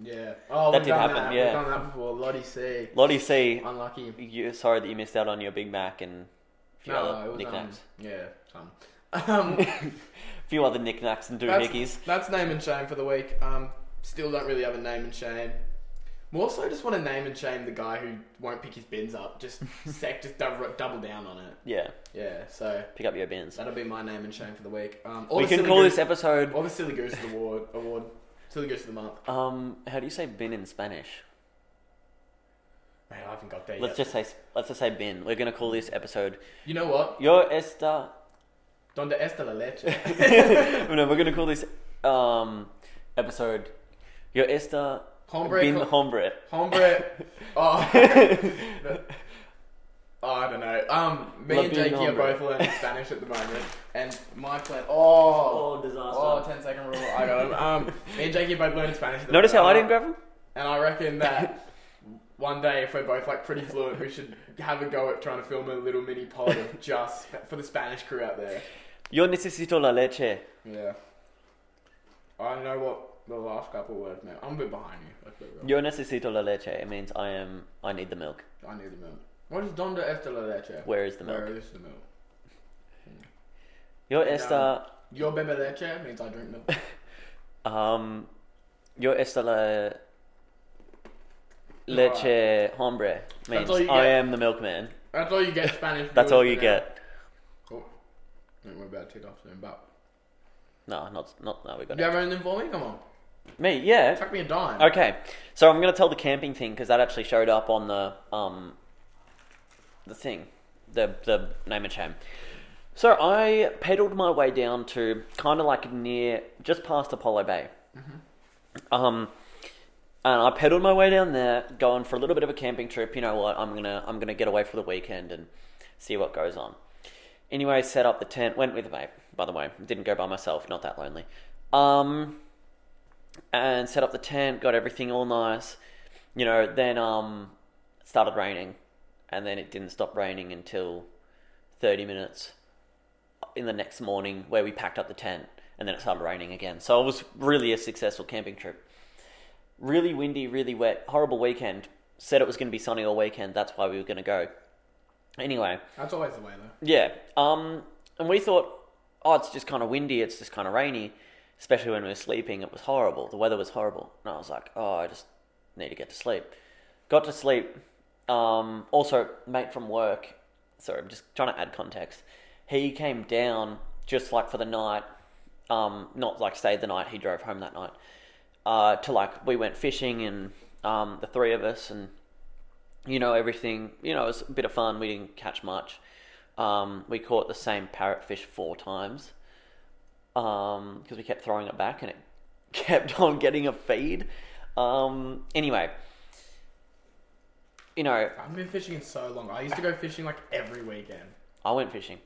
Speaker 2: yeah. Oh,
Speaker 1: That
Speaker 2: we've
Speaker 1: did
Speaker 2: done
Speaker 1: happen,
Speaker 2: That.
Speaker 1: yeah.
Speaker 2: We've done that before. Lottie C.
Speaker 1: Lottie C,
Speaker 2: Unlucky.
Speaker 1: you sorry that you missed out on your Big Mac and a few
Speaker 2: No,
Speaker 1: other
Speaker 2: it was um,
Speaker 1: knickknacks.
Speaker 2: yeah, some. <laughs> Um,
Speaker 1: A few other knickknacks and do
Speaker 2: That's-
Speaker 1: nickies.
Speaker 2: That's name and shame for the week. Um, still don't really have a name and shame. More so, just want to name and shame the guy who won't pick his bins up.
Speaker 1: <laughs>
Speaker 2: Just sec, just double, double down on it.
Speaker 1: Yeah,
Speaker 2: Yeah, so
Speaker 1: pick up your bins.
Speaker 2: that'll be my name and shame for the week. Um, or
Speaker 1: We
Speaker 2: the
Speaker 1: can
Speaker 2: silly
Speaker 1: call
Speaker 2: goose,
Speaker 1: this episode.
Speaker 2: or the silly goose award award silly goose of the month.
Speaker 1: Um, how do you say bin in Spanish?
Speaker 2: Man, I haven't got there
Speaker 1: Let's
Speaker 2: yet.
Speaker 1: just say let's just say bin. We're gonna call this episode
Speaker 2: You know what?
Speaker 1: Yo esta. <laughs>
Speaker 2: Donde esta la leche?
Speaker 1: no, we're gonna call this um episode Yo esta
Speaker 2: Hombre
Speaker 1: bin
Speaker 2: co-
Speaker 1: hombre.
Speaker 2: <laughs> Hombre. Oh. Oh, I don't know. Um, me and
Speaker 1: Latino
Speaker 2: Jakey are
Speaker 1: hombre.
Speaker 2: both learning Spanish at the moment, and my plan. Oh,
Speaker 1: disaster!
Speaker 2: oh, 10 second rule. I got him. Um, me and Jakey are both learning Spanish. At the
Speaker 1: Notice how I
Speaker 2: moment,
Speaker 1: didn't grab him.
Speaker 2: And I reckon that one day, if we're both like pretty fluent, we should have a go at trying to film a little mini pod of just for the Spanish crew out there.
Speaker 1: Yo necesito la leche.
Speaker 2: Yeah. I know what the last couple words meant. I'm a bit behind you. Let's be real.
Speaker 1: Yo necesito la leche. It means I am. I need the milk.
Speaker 2: I knew the milk. What is donde esta la leche?
Speaker 1: Where is the
Speaker 2: Where
Speaker 1: milk?
Speaker 2: is the milk?
Speaker 1: Yo esta.
Speaker 2: Yo bebe leche means I drink milk.
Speaker 1: <laughs> Um. Yo esta la. Leche hombre means
Speaker 2: That's all you
Speaker 1: I
Speaker 2: get.
Speaker 1: am the milkman.
Speaker 2: That's all you get Spanish.
Speaker 1: That's
Speaker 2: viewers
Speaker 1: all
Speaker 2: for
Speaker 1: you
Speaker 2: now.
Speaker 1: get.
Speaker 2: Cool. I think we're about to take off soon, but
Speaker 1: No, not not. No, we got
Speaker 2: you
Speaker 1: it.
Speaker 2: have anything for me? Come on,
Speaker 1: Me, yeah.
Speaker 2: chuck me a dime.
Speaker 1: Okay, so I'm going to tell the camping thing because that actually showed up on the um, the thing, the the name and shame. So I pedaled my way down to kind of like near, just past Apollo Bay. Um, and I pedaled my way down there, going for a little bit of a camping trip. You know what? I'm gonna I'm gonna get away for the weekend and see what goes on. Anyway, set up the tent. Went with a mate, by the way. Didn't go by myself. Not that lonely. Um, and set up the tent, got everything all nice. You know, then um it started raining and then it didn't stop raining until 30 minutes in the next morning where we packed up the tent and then it started raining again. So it was really a successful camping trip. Really windy, really wet, horrible weekend. Said it was going to be sunny all weekend, that's why we were going to go. Anyway,
Speaker 2: That's always the way, though.
Speaker 1: yeah. Um, and we thought, oh, it's just kind of windy. It's just kind of rainy, especially when we were sleeping. It was horrible. The weather was horrible. And I was like, oh, I just need to get to sleep. Got to sleep. Um, also, mate from work. Sorry, I'm just trying to add context. He came down just like for the night. Um, not like stayed the night. He drove home that night. Uh, to like we went fishing and um, the three of us and you know everything. You know it was a bit of fun. We didn't catch much. Um, we caught the same parrotfish four times because we kept throwing it back and it <laughs> kept on getting a feed. Um, anyway, you know,
Speaker 2: I haven't been fishing in so long. I used to go fishing like every weekend.
Speaker 1: I went fishing.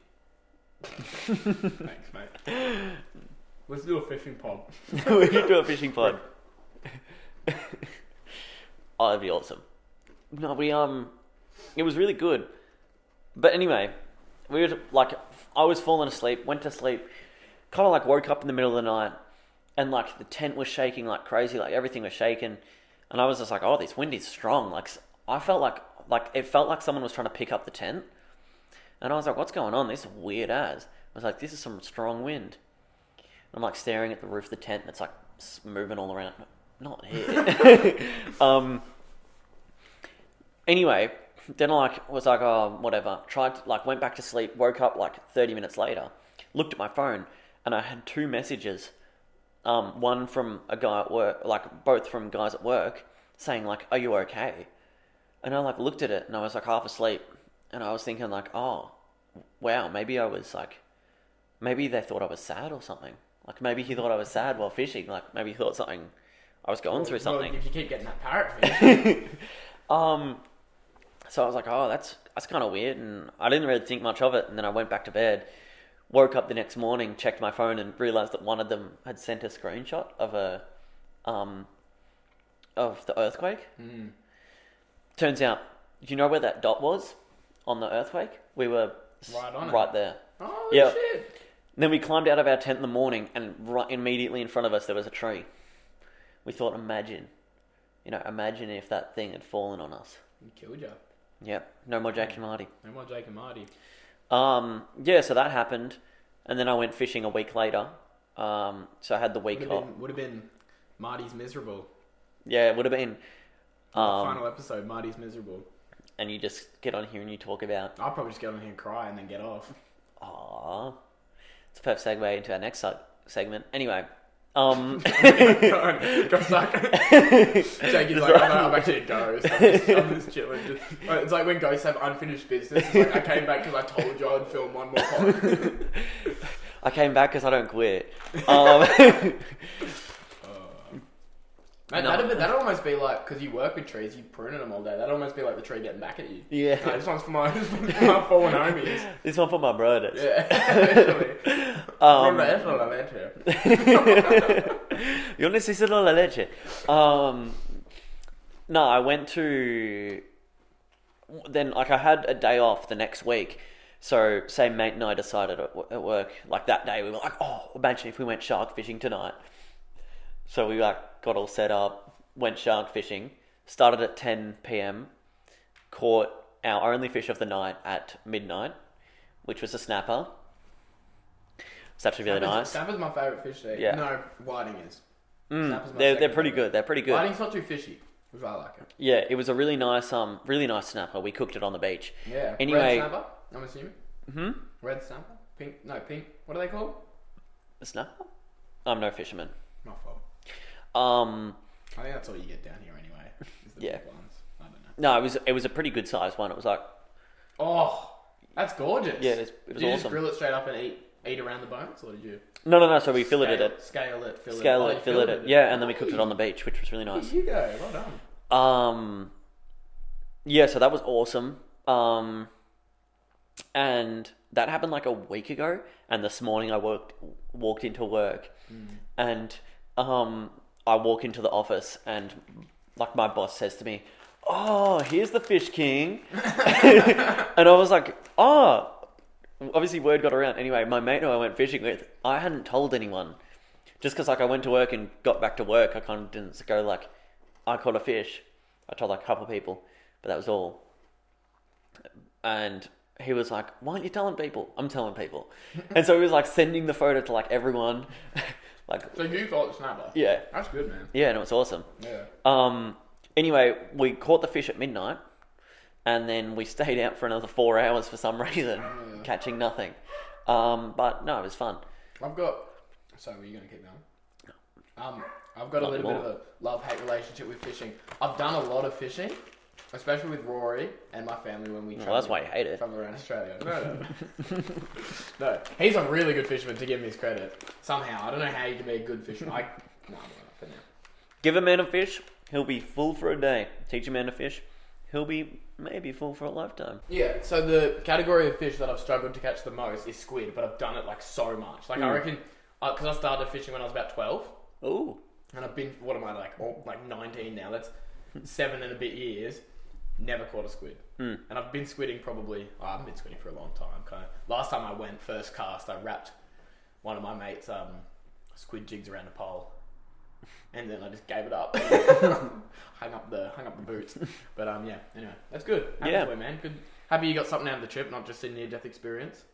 Speaker 3: Thanks, mate.
Speaker 1: <laughs>
Speaker 3: Let's do a fishing pod.
Speaker 2: <laughs>
Speaker 1: we should do a fishing pod. oh, that'd be awesome. No, we um, it was really good. But anyway, we were like, I was falling asleep, went to sleep, kind of like woke up in the middle of the night, and like the tent was shaking like crazy, like everything was shaking, and I was just like, oh, this wind is strong. Like s- I felt like like it felt like someone was trying to pick up the tent, and I was like, what's going on? This is weird as. I was like, this is some strong wind. I'm like staring at the roof of the tent, and it's like s- moving all around. Not here. um. Anyway, then I like was like, oh, whatever. Tried to, like went back to sleep. Woke up like 30 minutes later. Looked at my phone, and I had two messages. Um, one from a guy at work, like both from guys at work, saying like, "Are you okay?" And I like looked at it, and I was like half asleep, and I was thinking like, oh, wow, maybe I was like maybe they thought I was sad or something. Like maybe he thought I was sad while fishing. Like maybe he thought something I was going through
Speaker 2: Well,
Speaker 1: something.
Speaker 2: if you keep getting that
Speaker 1: <laughs>
Speaker 2: parrotfish,
Speaker 1: Um, so I was like, oh, that's that's kind of weird, and I didn't really think much of it. And then I went back to bed, woke up the next morning, checked my phone, and realized that one of them had sent a screenshot of a, um, of the earthquake.
Speaker 2: Hmm.
Speaker 1: Turns out, do you know where that dot was on the earthquake? We were s-
Speaker 2: Right on it.
Speaker 1: right there.
Speaker 2: oh
Speaker 1: Yeah.
Speaker 2: shit!
Speaker 1: And then we climbed out of our tent in the morning, and right immediately in front of us there was a tree. We thought, imagine, you know, imagine if that thing had fallen on us.
Speaker 2: He killed you.
Speaker 1: Yep, no more Jack and Marty.
Speaker 2: No more Jake and Marty.
Speaker 1: Um, yeah, so that happened, and then I went fishing a week later. Um, so I had the
Speaker 2: Would
Speaker 1: week
Speaker 2: have
Speaker 1: off.
Speaker 2: been, would have been Marty's miserable.
Speaker 1: Yeah, it would have been. Um,
Speaker 2: Final episode, Marty's miserable.
Speaker 1: and you just get on here and you talk about,
Speaker 2: I'll probably just get on here and cry and then get off.
Speaker 1: ah, it's a perfect segue into our next seg- segment. Anyway,
Speaker 2: <laughs>
Speaker 1: um, <laughs>
Speaker 2: go on, go suck. Jake is like, oh, no, I'm actually a ghost. I'm just, I'm just chilling. Just, Like, it's like when ghosts have unfinished business. It's like, I came back because I told you I'd film one more pod.
Speaker 1: <laughs> <laughs> I came back because I don't
Speaker 2: <laughs>
Speaker 1: quit. Um, <laughs>
Speaker 2: Man,
Speaker 1: No.
Speaker 2: that'd, be, that'd almost be like, because you work with trees, you pruning them all day. That'd almost be like the tree getting back at you. No,
Speaker 1: yeah,
Speaker 2: this one's for my, <laughs> this one's for my fallen homies.
Speaker 1: <laughs> this one for my brothers.
Speaker 2: Yeah, actually.
Speaker 1: Um,
Speaker 2: Remember, that's not allowed here.
Speaker 1: <laughs> Yo necesito la leche. Um, no, I went to. Then, like, I had a day off the next week. So, say, mate and I decided at, wo- at work, like, that day, we were like, oh, imagine if we went shark fishing tonight. So, we, like, got all set up, went shark fishing, started at 10 p.m., caught our only fish of the night at midnight, which was a snapper. It's actually really nice.
Speaker 2: Snapper's my favourite fish there.
Speaker 1: Yeah. Mm,
Speaker 2: No, whiting is. Snapper's my
Speaker 1: They're, they're
Speaker 2: second
Speaker 1: pretty
Speaker 2: favourite.
Speaker 1: good. They're pretty good.
Speaker 2: Whiting's not too fishy, which I like it.
Speaker 1: Yeah, it was a really nice, um, really nice snapper. We cooked it on the beach.
Speaker 2: Yeah. Red
Speaker 1: Anyway-
Speaker 2: snapper, I'm assuming.
Speaker 1: Hmm.
Speaker 2: Red snapper? Pink? No, pink. What are they called?
Speaker 1: A snapper? I'm no fisherman.
Speaker 2: My fault.
Speaker 1: Um,
Speaker 2: I think that's all you get down here anyway. is
Speaker 1: <laughs>
Speaker 2: the
Speaker 1: Yeah.
Speaker 2: big ones. I don't know.
Speaker 1: no, it was it was a pretty good sized one. It was like,
Speaker 2: Oh, that's gorgeous.
Speaker 1: Yeah, it was- it was
Speaker 2: did you
Speaker 1: awesome.
Speaker 2: just grill it straight up and eat eat around the bones, or did you
Speaker 1: no, no, no. So we filleted
Speaker 2: scale,
Speaker 1: it,
Speaker 2: Scale it, fillet
Speaker 1: scale
Speaker 2: Oh, you
Speaker 1: it, filleted it. Yeah, and then we cooked it on the beach, which was really
Speaker 2: Hey,
Speaker 1: nice.
Speaker 2: Here you go. Well done.
Speaker 1: Um, yeah, so that was awesome. Um, and that happened like a week ago. And this morning I worked walked into work, and um, I walk into the office, and like my boss says to me, "Oh, here's the fish king," <laughs> and I was like, "Oh." Obviously, word got around. Anyway, my mate who I went fishing with, I hadn't told anyone just because like I went to work and got back to work, I kind of didn't go like I caught a fish. I told like a couple people, but that was all. And he was like, "Why aren't you telling people?" I'm telling people, and so he was like sending the photo to like everyone, <laughs> like
Speaker 2: So you got snapper.
Speaker 1: yeah,
Speaker 2: That's good, man.
Speaker 1: yeah, and it was awesome.
Speaker 2: Yeah.
Speaker 1: Um, anyway, we caught the fish at midnight, and then we stayed out for another four hours for some <laughs> reason, catching nothing. Um, but no, it was fun.
Speaker 2: I've got. So were you going to keep going? Um, I've got a
Speaker 1: Not
Speaker 2: little bit of
Speaker 1: anymore.
Speaker 2: a love hate relationship with fishing. I've done a lot of fishing, especially with Rory and my family when we travel.
Speaker 1: Well, that's why you hate it.
Speaker 2: travel
Speaker 1: <laughs>
Speaker 2: around Australia. No, no, no. no, he's a really good fisherman to give him his credit. Somehow, I don't know how you can be a good fisherman. I, no, I'm not for now.
Speaker 1: Give a man a fish, he'll be full for a day. Teach a man to fish, he'll be maybe full for a lifetime.
Speaker 2: Yeah, so the category of fish that I've struggled to catch the most is squid, but I've done it like so much. Like I
Speaker 1: Mm.
Speaker 2: reckon, because I started fishing when I was about twelve,
Speaker 1: Ooh,
Speaker 2: and I've been what am I like, oh, like nineteen now? That's seven and a bit years. Never caught a squid,
Speaker 1: Mm.
Speaker 2: and I've been squidding probably. oh, I haven't been squidding for a long time. Kind of. Last time I went first cast, I wrapped one of my mates' um, squid jigs around a pole, and then I just gave it up. <laughs> hung up the hung up the <laughs> boots. But um, yeah. Anyway, that's good. Happy
Speaker 1: Yeah.
Speaker 2: for you, man. Good. Happy you got something out of the trip, not just a near death experience.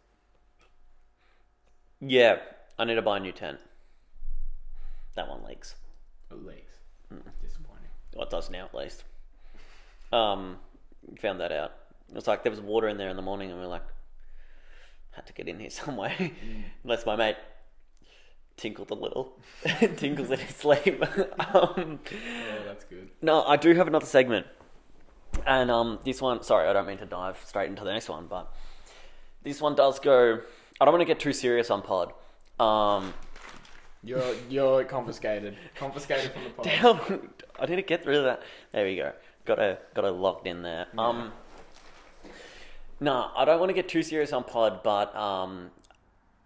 Speaker 1: yeah. I need to buy a new tent. That one leaks.
Speaker 2: It leaks. Disappointing.
Speaker 1: Well, it does now, at least. Um, found that out. It was like there was water in there in the morning, and we are like, had to get in here <laughs> some way. Unless my mate tinkled a little, <laughs> tinkles in his sleep. <laughs> um,
Speaker 2: Oh, that's good.
Speaker 1: no, I do have another segment, and um, this one. Sorry, I don't mean to dive straight into the next one, but this one does go. I don't want to get too serious on pod. Um,
Speaker 2: You're you're confiscated. confiscated <laughs> from the pod.
Speaker 1: Damn, <laughs> I didn't get rid of that. There we go. Got a got a locked in there. Um, nah, I don't want to get too serious on pod, but um,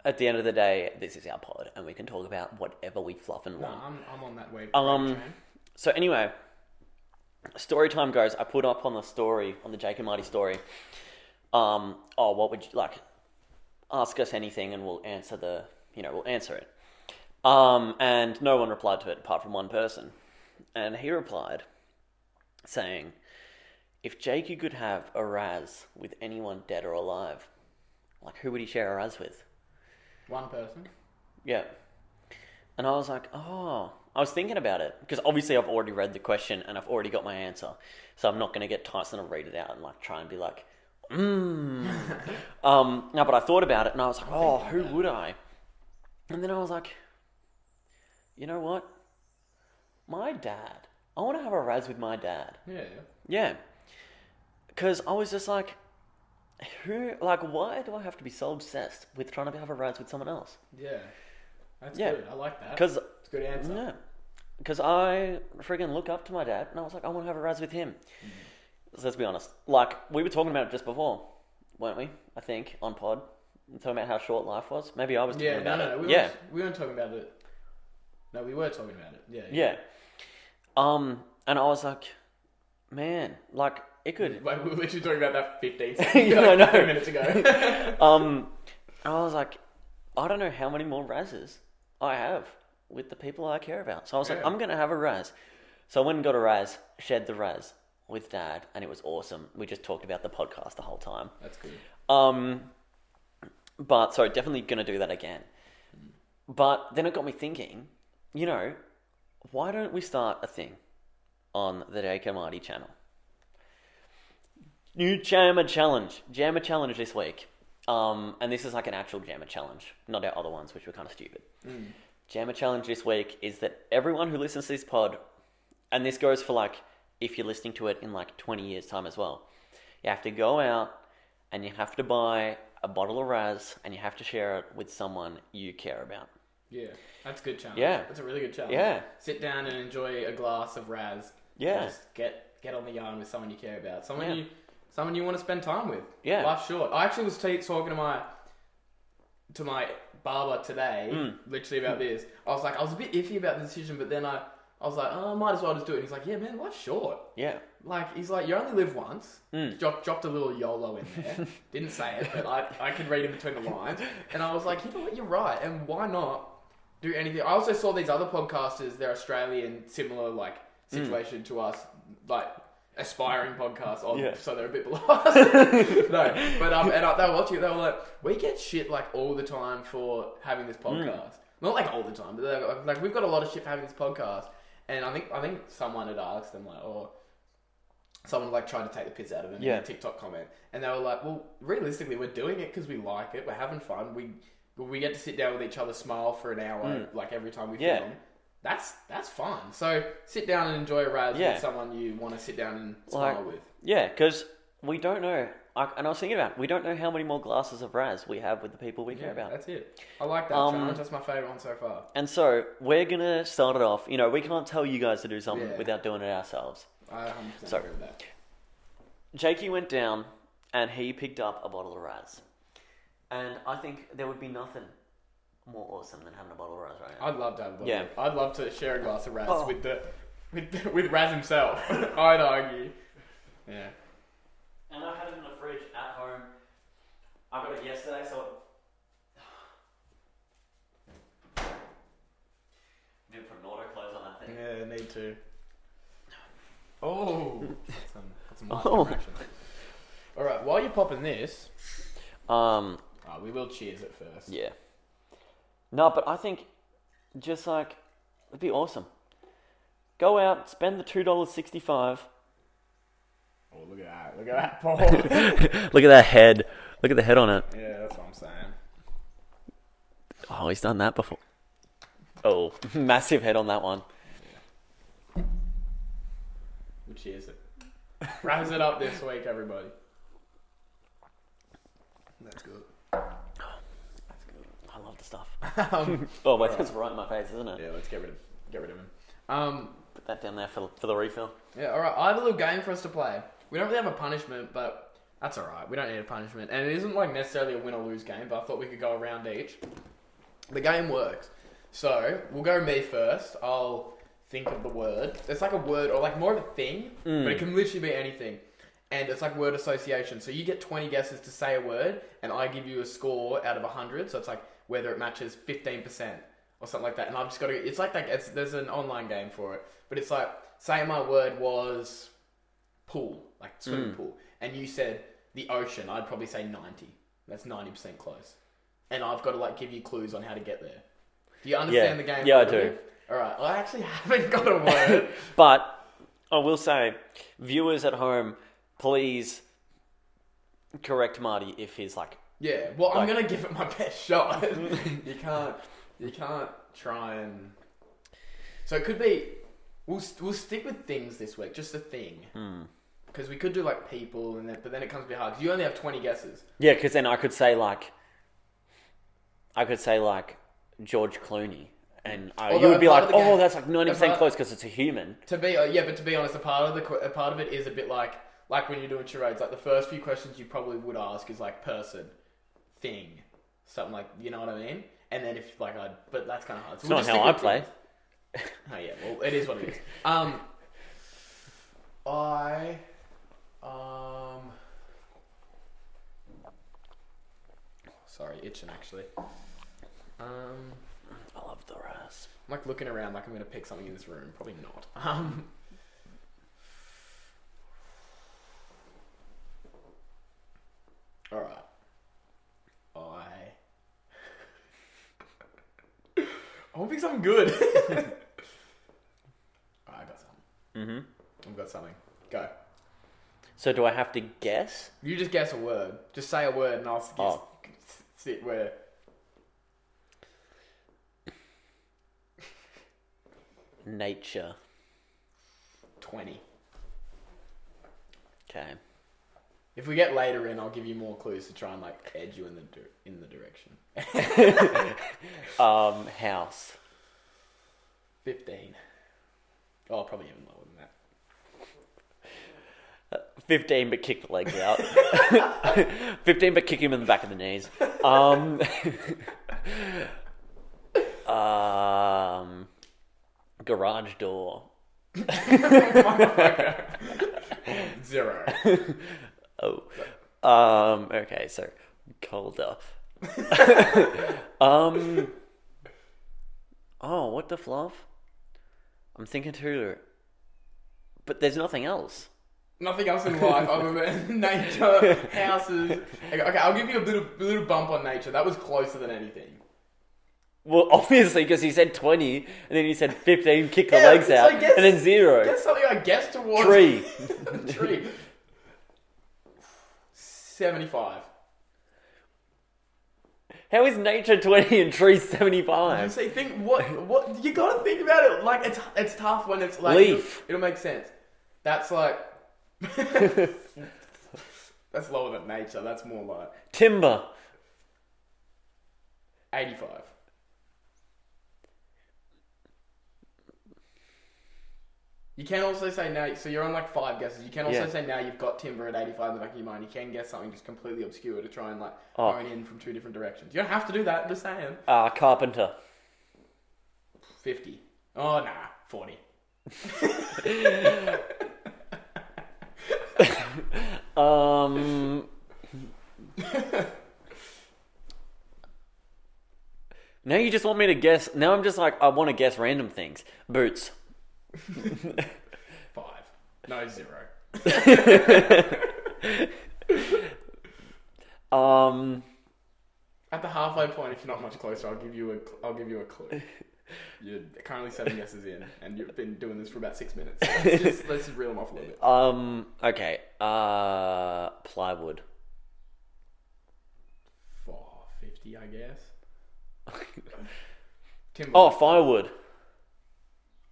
Speaker 1: at the end of the day, this is our pod, and we can talk about whatever we fluff and
Speaker 2: No,
Speaker 1: want.
Speaker 2: I'm, I'm on that wave.
Speaker 1: Um,
Speaker 2: train.
Speaker 1: So anyway, story time goes. I put up on the story on the Jake and Marty story. Um, oh, what would you like? Ask us anything, and we'll answer the. You know, we'll answer it. Um, and no one replied to it apart from one person, and he replied, saying, "If Jakey could have a raz with anyone dead or alive, like who would he share a raz with?"
Speaker 2: One person.
Speaker 1: Yeah. And I was like, oh, I was thinking about it because obviously I've already read the question and I've already got my answer, so I'm not going to get Tyson to read it out and like try and be like, mmm. um, no, but I thought about it and I was like, oh, who would I? And then I was like, you know what? My dad. I want to have a raz with my dad.
Speaker 2: Yeah.
Speaker 1: Yeah. Because I was just like, who, like, why do I have to be so obsessed with trying to have a raz with someone else?
Speaker 2: Yeah. That's
Speaker 1: Yeah.
Speaker 2: good. I like that.
Speaker 1: Because
Speaker 2: it's a good answer.
Speaker 1: yeah, because I freaking look up to my dad, and I was like, I want to have a raz with him.
Speaker 2: Mm-hmm.
Speaker 1: So let's be honest. Like we were talking about it just before, weren't we? I think on pod, talking about how short life was. Maybe I was talking
Speaker 2: Yeah. No,
Speaker 1: about
Speaker 2: no.
Speaker 1: it.
Speaker 2: We
Speaker 1: Mm-hmm. yeah,
Speaker 2: Weren't, we weren't talking about it. No, we were talking about it. Yeah.
Speaker 1: yeah. Um, and I was like, man, like it could.
Speaker 2: <laughs> Like, we were literally talking about
Speaker 1: <laughs>
Speaker 2: that 15
Speaker 1: Yeah, I
Speaker 2: <laughs>
Speaker 1: know.
Speaker 2: 15
Speaker 1: <laughs>
Speaker 2: minutes ago.
Speaker 1: Um, and I was like, I don't know how many more razzes I have with the people I care about. So I was like,
Speaker 2: Yeah.
Speaker 1: I'm gonna have a razz. So I went and got a razz, shared the razz with dad, and it was awesome. We just talked about the podcast the whole time.
Speaker 2: That's good.
Speaker 1: Um, but so definitely gonna do that again. But then it got me thinking, you know, why don't we start a thing on the Jake and Marty channel? New Jammer Challenge. Jammer Challenge this week. Um, and this is like an actual Jammer Challenge, not our other ones, which were kind of stupid. Jammer Challenge this week is that everyone who listens to this pod, and this goes for like if you're listening to it in like 20 years' time as well, you have to go out and you have to buy a bottle of Raz and you have to share it with someone you care about.
Speaker 2: Yeah, that's a good challenge.
Speaker 1: Yeah.
Speaker 2: that's a really good challenge.
Speaker 1: Yeah.
Speaker 2: sit down and enjoy a glass of Raz.
Speaker 1: Yeah.
Speaker 2: And just get get on the yarn with someone you care about, someone
Speaker 1: Yeah.
Speaker 2: you someone you want to spend time with.
Speaker 1: Yeah.
Speaker 2: life's short. I actually was t- talking to my to my barber today,
Speaker 1: Hmm.
Speaker 2: literally about this. I was like, I was a bit iffy about the decision, but then I I was like, oh, I might as well just do it. And he's like, Yeah, man, life's short.
Speaker 1: Yeah.
Speaker 2: Like he's like, you only live once. Drop, dropped a little YOLO in there. Didn't say it, but I, I could read in between the lines. And I was like, you know what, you're right. And why not do anything? I also saw these other podcasters. They're Australian, similar like situation to us, like aspiring podcasts. On,
Speaker 1: Yeah.
Speaker 2: So they're a bit below us. <laughs> no, but um, and I, they were watching. it, They were like, we get shit like all the time for having this podcast. Not like all the time, but they're like, like we've got a lot of shit for having this podcast. And I think I think someone had asked them like, oh someone like tried to take the piss out of him
Speaker 1: Yeah.
Speaker 2: in a TikTok comment, and they were like, "Well, realistically, we're doing it because we like it. We're having fun. We we get to sit down with each other, smile for an hour, like every time we
Speaker 1: Mm. Yeah.
Speaker 2: film. That's that's fun. So sit down and enjoy a raz
Speaker 1: Yeah.
Speaker 2: with someone you want to sit down and
Speaker 1: Like-
Speaker 2: smile with.
Speaker 1: Yeah, because we don't know. I, and I was thinking about it, we don't know how many more glasses of Raz we have with the people we care
Speaker 2: Yeah,
Speaker 1: about.
Speaker 2: that's it. I like that
Speaker 1: Um,
Speaker 2: challenge. That's my favorite one so far.
Speaker 1: And so we're going to start it off. You know, we can't tell you guys to do something
Speaker 2: Yeah.
Speaker 1: without doing it ourselves.
Speaker 2: I 100%
Speaker 1: Sorry.
Speaker 2: agree with that.
Speaker 1: Jakey went down and he picked up a bottle of Raz. And I think there would be nothing more awesome than having a bottle of Raz right now.
Speaker 2: I'd love to have a bottle.
Speaker 1: Yeah.
Speaker 2: I'd love to share a glass of Raz
Speaker 1: Oh.
Speaker 2: with the with the, with Raz himself. <laughs> I'd argue. Yeah.
Speaker 1: And I had it in the fridge at home. I got it yesterday, so. <sighs> it- Need to put an auto close on that thing.
Speaker 2: Yeah, need to. Oh, that's <laughs> some, that's some nice
Speaker 1: Oh.
Speaker 2: impression. All right, while you're popping this,
Speaker 1: Um,
Speaker 2: oh, we will cheers it first.
Speaker 1: yeah. No, but I think just like it'd be awesome. Go out, spend the two dollars sixty-five.
Speaker 2: Oh, look at that! Look at that, <laughs> Paul.
Speaker 1: <laughs> Look at that head. Look at the head on it.
Speaker 2: yeah, that's what I'm saying.
Speaker 1: Oh, he's done that before. Oh, <laughs> massive head on that one.
Speaker 2: We'll cheers <laughs> it. Wraps it up this week, everybody. That's <laughs> good.
Speaker 1: I love the stuff. oh, wait, that's right in my face, isn't it?
Speaker 2: Um, Yeah, let's get rid of get rid of him. Um,
Speaker 1: Put that down there for, for the refill.
Speaker 2: Yeah, all right. I have a little game for us to play. We don't really have a punishment, but that's all right. We don't need a punishment, and it isn't like necessarily a win or lose game. But I thought we could go around each. The game works. So we'll go me first. I'll think of the word. It's like a word or like more of a thing, but it can literally be anything. And it's like word association. So you get 20 guesses to say a word, and I give you a score out of 100. So it's like whether it matches 15% or something like that. And I've just got to. It's like that. It's, there's an online game for it, but it's like say my word was pool, like
Speaker 1: Mm.
Speaker 2: swimming pool, and you said the ocean. I'd probably say 90. That's 90% close. And I've got to like give you clues on how to get there. Do you understand the game?
Speaker 1: Yeah, I
Speaker 2: a little
Speaker 1: do.
Speaker 2: bit? All right. Well, I actually <laughs> haven't got a word.
Speaker 1: <laughs> But I will say, viewers at home, please correct Marty if he's like,
Speaker 2: Yeah, well, I'm
Speaker 1: Like-
Speaker 2: gonna give it my best
Speaker 1: <laughs>
Speaker 2: shot. you can't, you can't try and. So it could be, we'll st- we'll stick with things this week, just a thing,
Speaker 1: Hmm.
Speaker 2: because we could do like people and then, but then it comes a bit hard 'cause you only have twenty guesses.
Speaker 1: yeah, because then I could say like, I could say like George Clooney, and I, you
Speaker 2: Although
Speaker 1: would be
Speaker 2: a part
Speaker 1: like,
Speaker 2: of the
Speaker 1: oh,
Speaker 2: game-
Speaker 1: that's like ninety
Speaker 2: a
Speaker 1: percent
Speaker 2: part-
Speaker 1: close because it's a human.
Speaker 2: To be uh, yeah, but to be honest, a part of the qu- a part of it is a bit like like when you're doing charades. Like the first few questions you probably would ask is like person, thing, something like you know what I mean. And then if like I, but that's kind of hard. So
Speaker 1: It's
Speaker 2: we'll
Speaker 1: not
Speaker 2: just
Speaker 1: how
Speaker 2: stick
Speaker 1: I
Speaker 2: with
Speaker 1: play.
Speaker 2: things. Oh yeah, well it is what it is. Um, I um, sorry, itching actually. Um,
Speaker 1: I love the rasp.
Speaker 2: I'm like looking around, like I'm gonna pick something in this room. Probably not. <laughs> Um, all right. I. <laughs> I want to pick something good. <laughs> Alright, I got something.
Speaker 1: Mhm.
Speaker 2: I've got something. Go.
Speaker 1: So do I have to guess?
Speaker 2: You just guess a word. Just say a word, and I'll guess.
Speaker 1: Oh.
Speaker 2: Sit where.
Speaker 1: Nature.
Speaker 2: Twenty.
Speaker 1: Okay.
Speaker 2: If we get later in, I'll give you more clues to try and like edge you in the dir- in the direction.
Speaker 1: Um, house.
Speaker 2: Fifteen. Oh, probably even lower than that.
Speaker 1: Fifteen, but kick the legs out. <laughs> Fifteen, but kick him in the back of the knees. Um. <laughs> um garage door.
Speaker 2: <laughs> Zero.
Speaker 1: Oh. Um. Okay. So colder. <laughs> um. Oh, what the fluff? I'm thinking too. But there's nothing else.
Speaker 2: Nothing else in life other than <laughs> nature, houses. Okay, okay, I'll give you a little little bump on nature. That was closer than anything.
Speaker 1: Well, <laughs> obviously, because he said 20, and then he said 15, kick the
Speaker 2: Yeah,
Speaker 1: legs
Speaker 2: so
Speaker 1: out,
Speaker 2: I guess-
Speaker 1: and then zero.
Speaker 2: That's something I guessed towards.
Speaker 1: <laughs>
Speaker 2: <laughs>
Speaker 1: Tree.
Speaker 2: Tree. Seventy-five.
Speaker 1: How is nature 20 and tree
Speaker 2: I <laughs>
Speaker 1: 75?
Speaker 2: say, think what what you gotta think about it. Like it's it's tough when it's like
Speaker 1: Leaf.
Speaker 2: It'll, it'll make sense. That's like <laughs> that's lower than nature. That's more like
Speaker 1: Timber.
Speaker 2: eighty-five. You can also say now. So you're on like five guesses. You can also
Speaker 1: Yeah.
Speaker 2: say now you've got timber at 85 in the back of your mind. You can guess something just completely obscure to try and like
Speaker 1: Oh.
Speaker 2: hone in from two different directions. You don't have to do that. I'm just saying.
Speaker 1: Uh, carpenter.
Speaker 2: 50. Oh nah, 40.
Speaker 1: Um. now you just want me to guess. Now I'm just like, I want to guess random things. Boots. <laughs>
Speaker 2: Five. No zero.
Speaker 1: Um.
Speaker 2: At the halfway point, if you're not much closer, I'll give you a cl- I'll give you
Speaker 1: <laughs>
Speaker 2: a clue. You're currently seven guesses in, and you've been doing this for about six minutes. Let's just, let's just reel them off a little bit.
Speaker 1: Um. Okay. Uh. Plywood. <laughs>
Speaker 2: Four fifty, I guess. Timber.
Speaker 1: Oh, firewood.
Speaker 2: <laughs>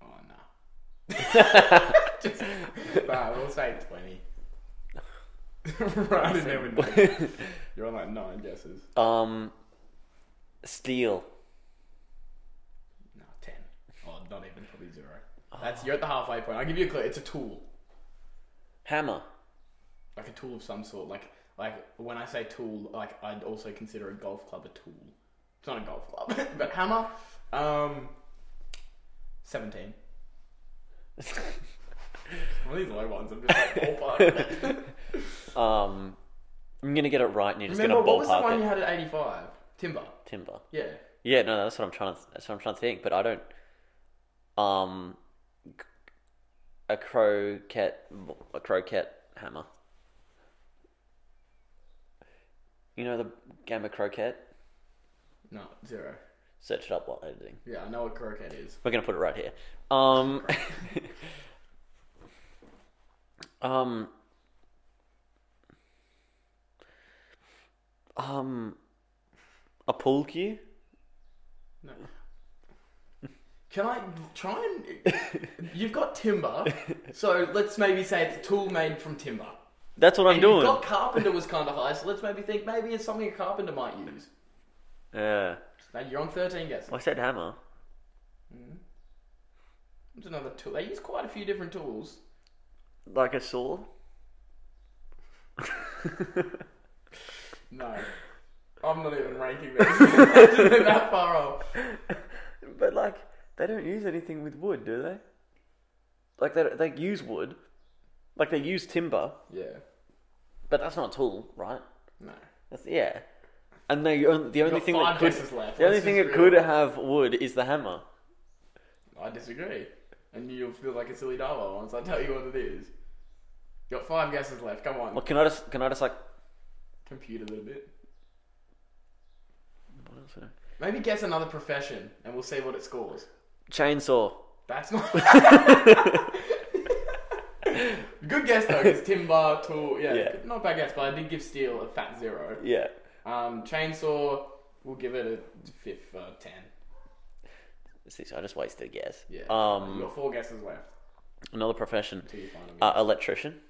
Speaker 2: Oh no. <laughs> Just, nah, we'll say twenty. <laughs> right, I didn't even know. You're on like nine guesses.
Speaker 1: <laughs> Um. Steel.
Speaker 2: No, ten. Oh, not even probably zero. That's you're at the halfway point. I'll give you a clue. It's a tool,
Speaker 1: Hammer. <laughs>
Speaker 2: like a tool of some sort. Like like when I say tool, like I'd also consider a golf club a tool. It's not a golf club, <laughs> but hammer. Um, seventeen. One of these low ones. I'm just like ballpark.
Speaker 1: Um. I'm gonna get it right, and you're just
Speaker 2: Remember
Speaker 1: gonna
Speaker 2: what was the
Speaker 1: ballpark
Speaker 2: one
Speaker 1: it.
Speaker 2: you had at eighty five? Timber.
Speaker 1: Timber.
Speaker 2: Yeah.
Speaker 1: Yeah, no, that's what I'm trying to. That's what I'm trying to think. But I don't. Um, c- a croquet, a croquet hammer. You know the game of croquet.
Speaker 2: No zero.
Speaker 1: Search it up while editing.
Speaker 2: Yeah, I know what croquet is.
Speaker 1: We're gonna put it right here. Um. <laughs> um. Um. A pool cue. <laughs>
Speaker 2: No. Can I try and? You've got timber, so let's maybe say it's a tool made from timber.
Speaker 1: That's what I'm
Speaker 2: And
Speaker 1: doing.
Speaker 2: You've got carpenter was kind of high, so let's maybe think maybe it's something a carpenter might use.
Speaker 1: Yeah. Oh,
Speaker 2: Now you're on thirteen guesses.
Speaker 1: I said hammer.
Speaker 2: It's another tool. They use quite a few different tools.
Speaker 1: Like a sword?
Speaker 2: No, I'm not even ranking them. <laughs> I'm that far off.
Speaker 1: <laughs> But like, they don't use anything with wood, do they? Like they they use wood, like they use timber,
Speaker 2: Yeah.
Speaker 1: but that's not a tool, right?
Speaker 2: No.
Speaker 1: That's yeah. And they on- the only
Speaker 2: You've
Speaker 1: thing
Speaker 2: got
Speaker 1: that
Speaker 2: five
Speaker 1: could
Speaker 2: guesses left.
Speaker 1: the only
Speaker 2: Let's
Speaker 1: thing
Speaker 2: just
Speaker 1: that could
Speaker 2: realise.
Speaker 1: have wood is the hammer.
Speaker 2: I disagree. And you'll feel like a silly dollar once I tell you what it is. Got five guesses left. Come on.
Speaker 1: Well, can I just can I just like
Speaker 2: Compute a little bit.
Speaker 1: what else would I-
Speaker 2: Maybe guess another profession and we'll see what it scores.
Speaker 1: chainsaw?
Speaker 2: That's not.
Speaker 1: <laughs>
Speaker 2: <laughs> Good guess though, because timber, tool, yeah,
Speaker 1: Yeah.
Speaker 2: not a bad guess, but I did give steel a fat zero.
Speaker 1: Yeah.
Speaker 2: Um, chainsaw, we'll give it a fifth, uh, ten.
Speaker 1: See, so I just wasted a guess.
Speaker 2: Yeah. you
Speaker 1: Um,
Speaker 2: got four guesses left
Speaker 1: another profession,
Speaker 2: until you find them.
Speaker 1: uh, electrician.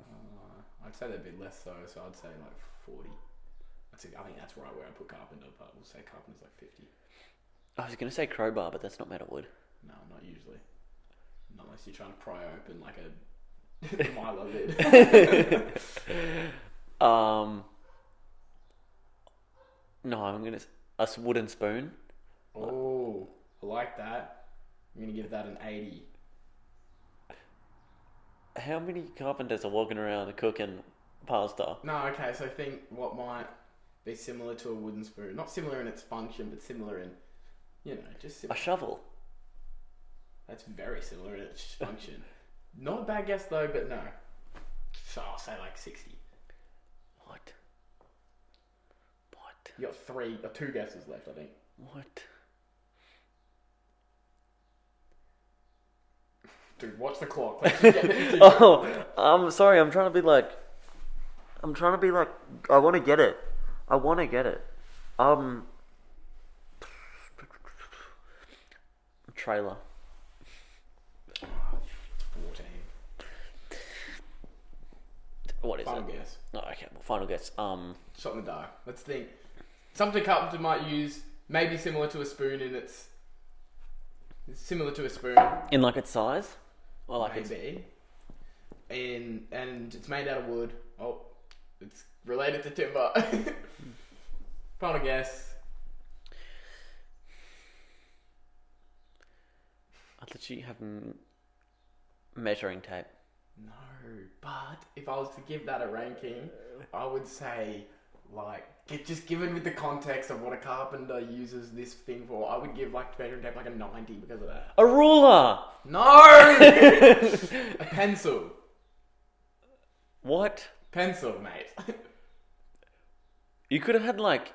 Speaker 2: Uh, I'd say there'd be less though, so I'd say like 40. That's it. I think that's right where I put carpenter, but we'll say carpenter's like 50.
Speaker 1: I was gonna say crowbar, but that's not made of wood.
Speaker 2: No, not usually. Not unless you're trying to pry open like a <laughs> Milo lid.
Speaker 1: Um. No, I'm gonna s- a s- wooden spoon.
Speaker 2: oh, I like that. I'm going to give that an 80.
Speaker 1: How many carpenters are walking around cooking pasta?
Speaker 2: No, okay, so think what might be similar to a wooden spoon. Not similar in its function, but similar in, you know,
Speaker 1: <laughs>
Speaker 2: just
Speaker 1: A
Speaker 2: similar.
Speaker 1: shovel.
Speaker 2: That's very similar in its function. Not a bad guess though, but no. So I'll say like 60.
Speaker 1: What? What?
Speaker 2: You got three or two guesses left, I think.
Speaker 1: What?
Speaker 2: Dude, watch
Speaker 1: <laughs>
Speaker 2: the clock. Let's just get it. Dude,
Speaker 1: Oh, I'm sorry. I'm trying to be like. I'm trying to be like. I want to get it. I want to get it. Um. Trailer.
Speaker 2: Fourteen.
Speaker 1: What is
Speaker 2: Final
Speaker 1: it?
Speaker 2: guess.
Speaker 1: No, okay. Well, final guess. Um.
Speaker 2: Shot in the dark. Let's think. Something carpenter might use, maybe similar to a spoon in its It's similar to a spoon,
Speaker 1: In like its size, or like its
Speaker 2: maybe. And and it's made out of wood. Oh, it's related to timber. <laughs> Final guess.
Speaker 1: I literally have n- measuring tape.
Speaker 2: No, but if I was to give that a ranking, I would say like gi- just given with the context of what a carpenter uses this thing for, I would give like measuring tape like a ninety because of that.
Speaker 1: A ruler. <laughs>
Speaker 2: No, a pencil,
Speaker 1: What?
Speaker 2: pencil, mate.
Speaker 1: You could have had like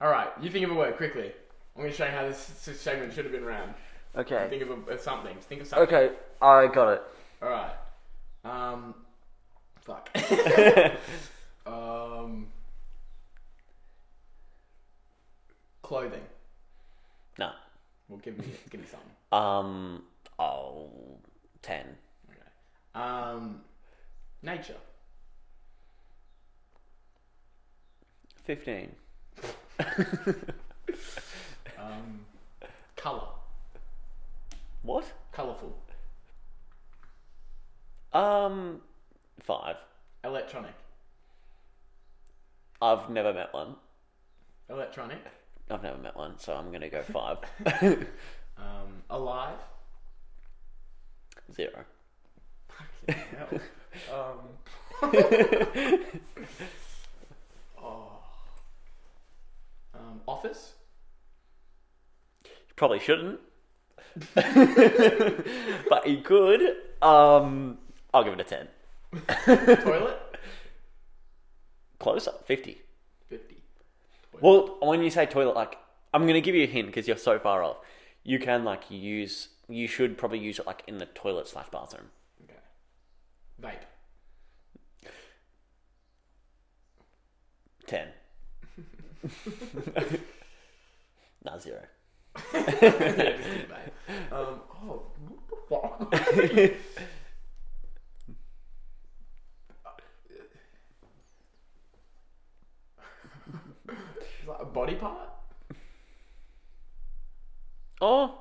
Speaker 2: All right, you think of a word quickly. I'm going to show you how this s- segment should have been ran.
Speaker 1: okay,
Speaker 2: Think of a, of something. Think of something.
Speaker 1: okay, I got it.
Speaker 2: All right. Um, fuck. <laughs> um, clothing.
Speaker 1: No.
Speaker 2: Well, give me give me something.
Speaker 1: Um. Oh, ten.
Speaker 2: Okay. Um, nature.
Speaker 1: Fifteen.
Speaker 2: Um, color.
Speaker 1: What?
Speaker 2: Colorful.
Speaker 1: Um, five.
Speaker 2: Electronic.
Speaker 1: I've never met one.
Speaker 2: Electronic.
Speaker 1: I've never met one, so I'm gonna go five. <laughs>
Speaker 2: Um, alive.
Speaker 1: Zero.
Speaker 2: Fucking hell. um. <laughs> Oh. Um, office?
Speaker 1: Probably shouldn't. <laughs> but you could. Um, I'll give it a ten.
Speaker 2: Toilet?
Speaker 1: Closer, fifty.
Speaker 2: 50.
Speaker 1: Well, when you say toilet, like I'm gonna give you a hint because you're so far off. You can like use. You should probably use it like in the toilet slash bathroom.
Speaker 2: Okay. Vape.
Speaker 1: Ten. <laughs> nah, zero.
Speaker 2: Yeah, just did vape. Um, oh, what the fuck? Is that a body part?
Speaker 1: Oh.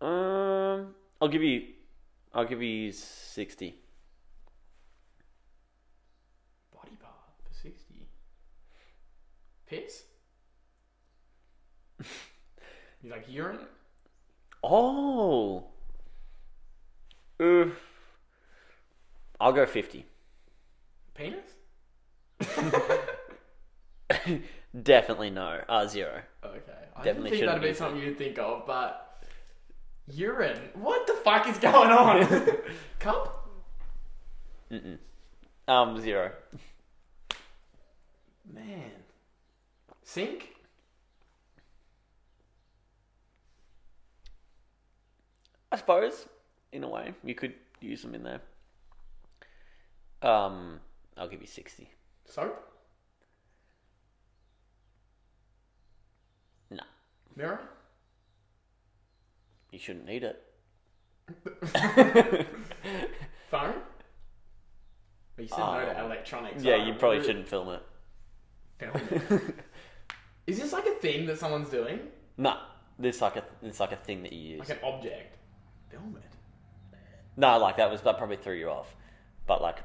Speaker 1: Um, I'll give you. I'll give you sixty.
Speaker 2: Body part for 60. Piss? You like urine?
Speaker 1: Oh. Uh, I'll go 50.
Speaker 2: Penis?
Speaker 1: <laughs> Definitely no. Uh, zero.
Speaker 2: Okay.
Speaker 1: Definitely
Speaker 2: I didn't think
Speaker 1: shouldn't
Speaker 2: that'd be
Speaker 1: use it.
Speaker 2: something you'd think of, but urine. What the fuck
Speaker 1: <laughs>
Speaker 2: is going on? Cup?
Speaker 1: Um, zero.
Speaker 2: Man. Sink?
Speaker 1: I suppose, in a way, you could use them in there. Um, I'll give you 60.
Speaker 2: Soap?
Speaker 1: No. <laughs>
Speaker 2: Mirror?
Speaker 1: You shouldn't need it. <laughs>
Speaker 2: Phone? But you said no to
Speaker 1: Oh.
Speaker 2: electronics.
Speaker 1: Yeah,
Speaker 2: I
Speaker 1: you probably
Speaker 2: <laughs> remember-
Speaker 1: shouldn't film it. <laughs>
Speaker 2: Is this like a thing that someone's doing?
Speaker 1: Nah. There's like a it's like a thing that you use.
Speaker 2: Like an object? Film it.
Speaker 1: Nah, like that was that probably threw you off, but like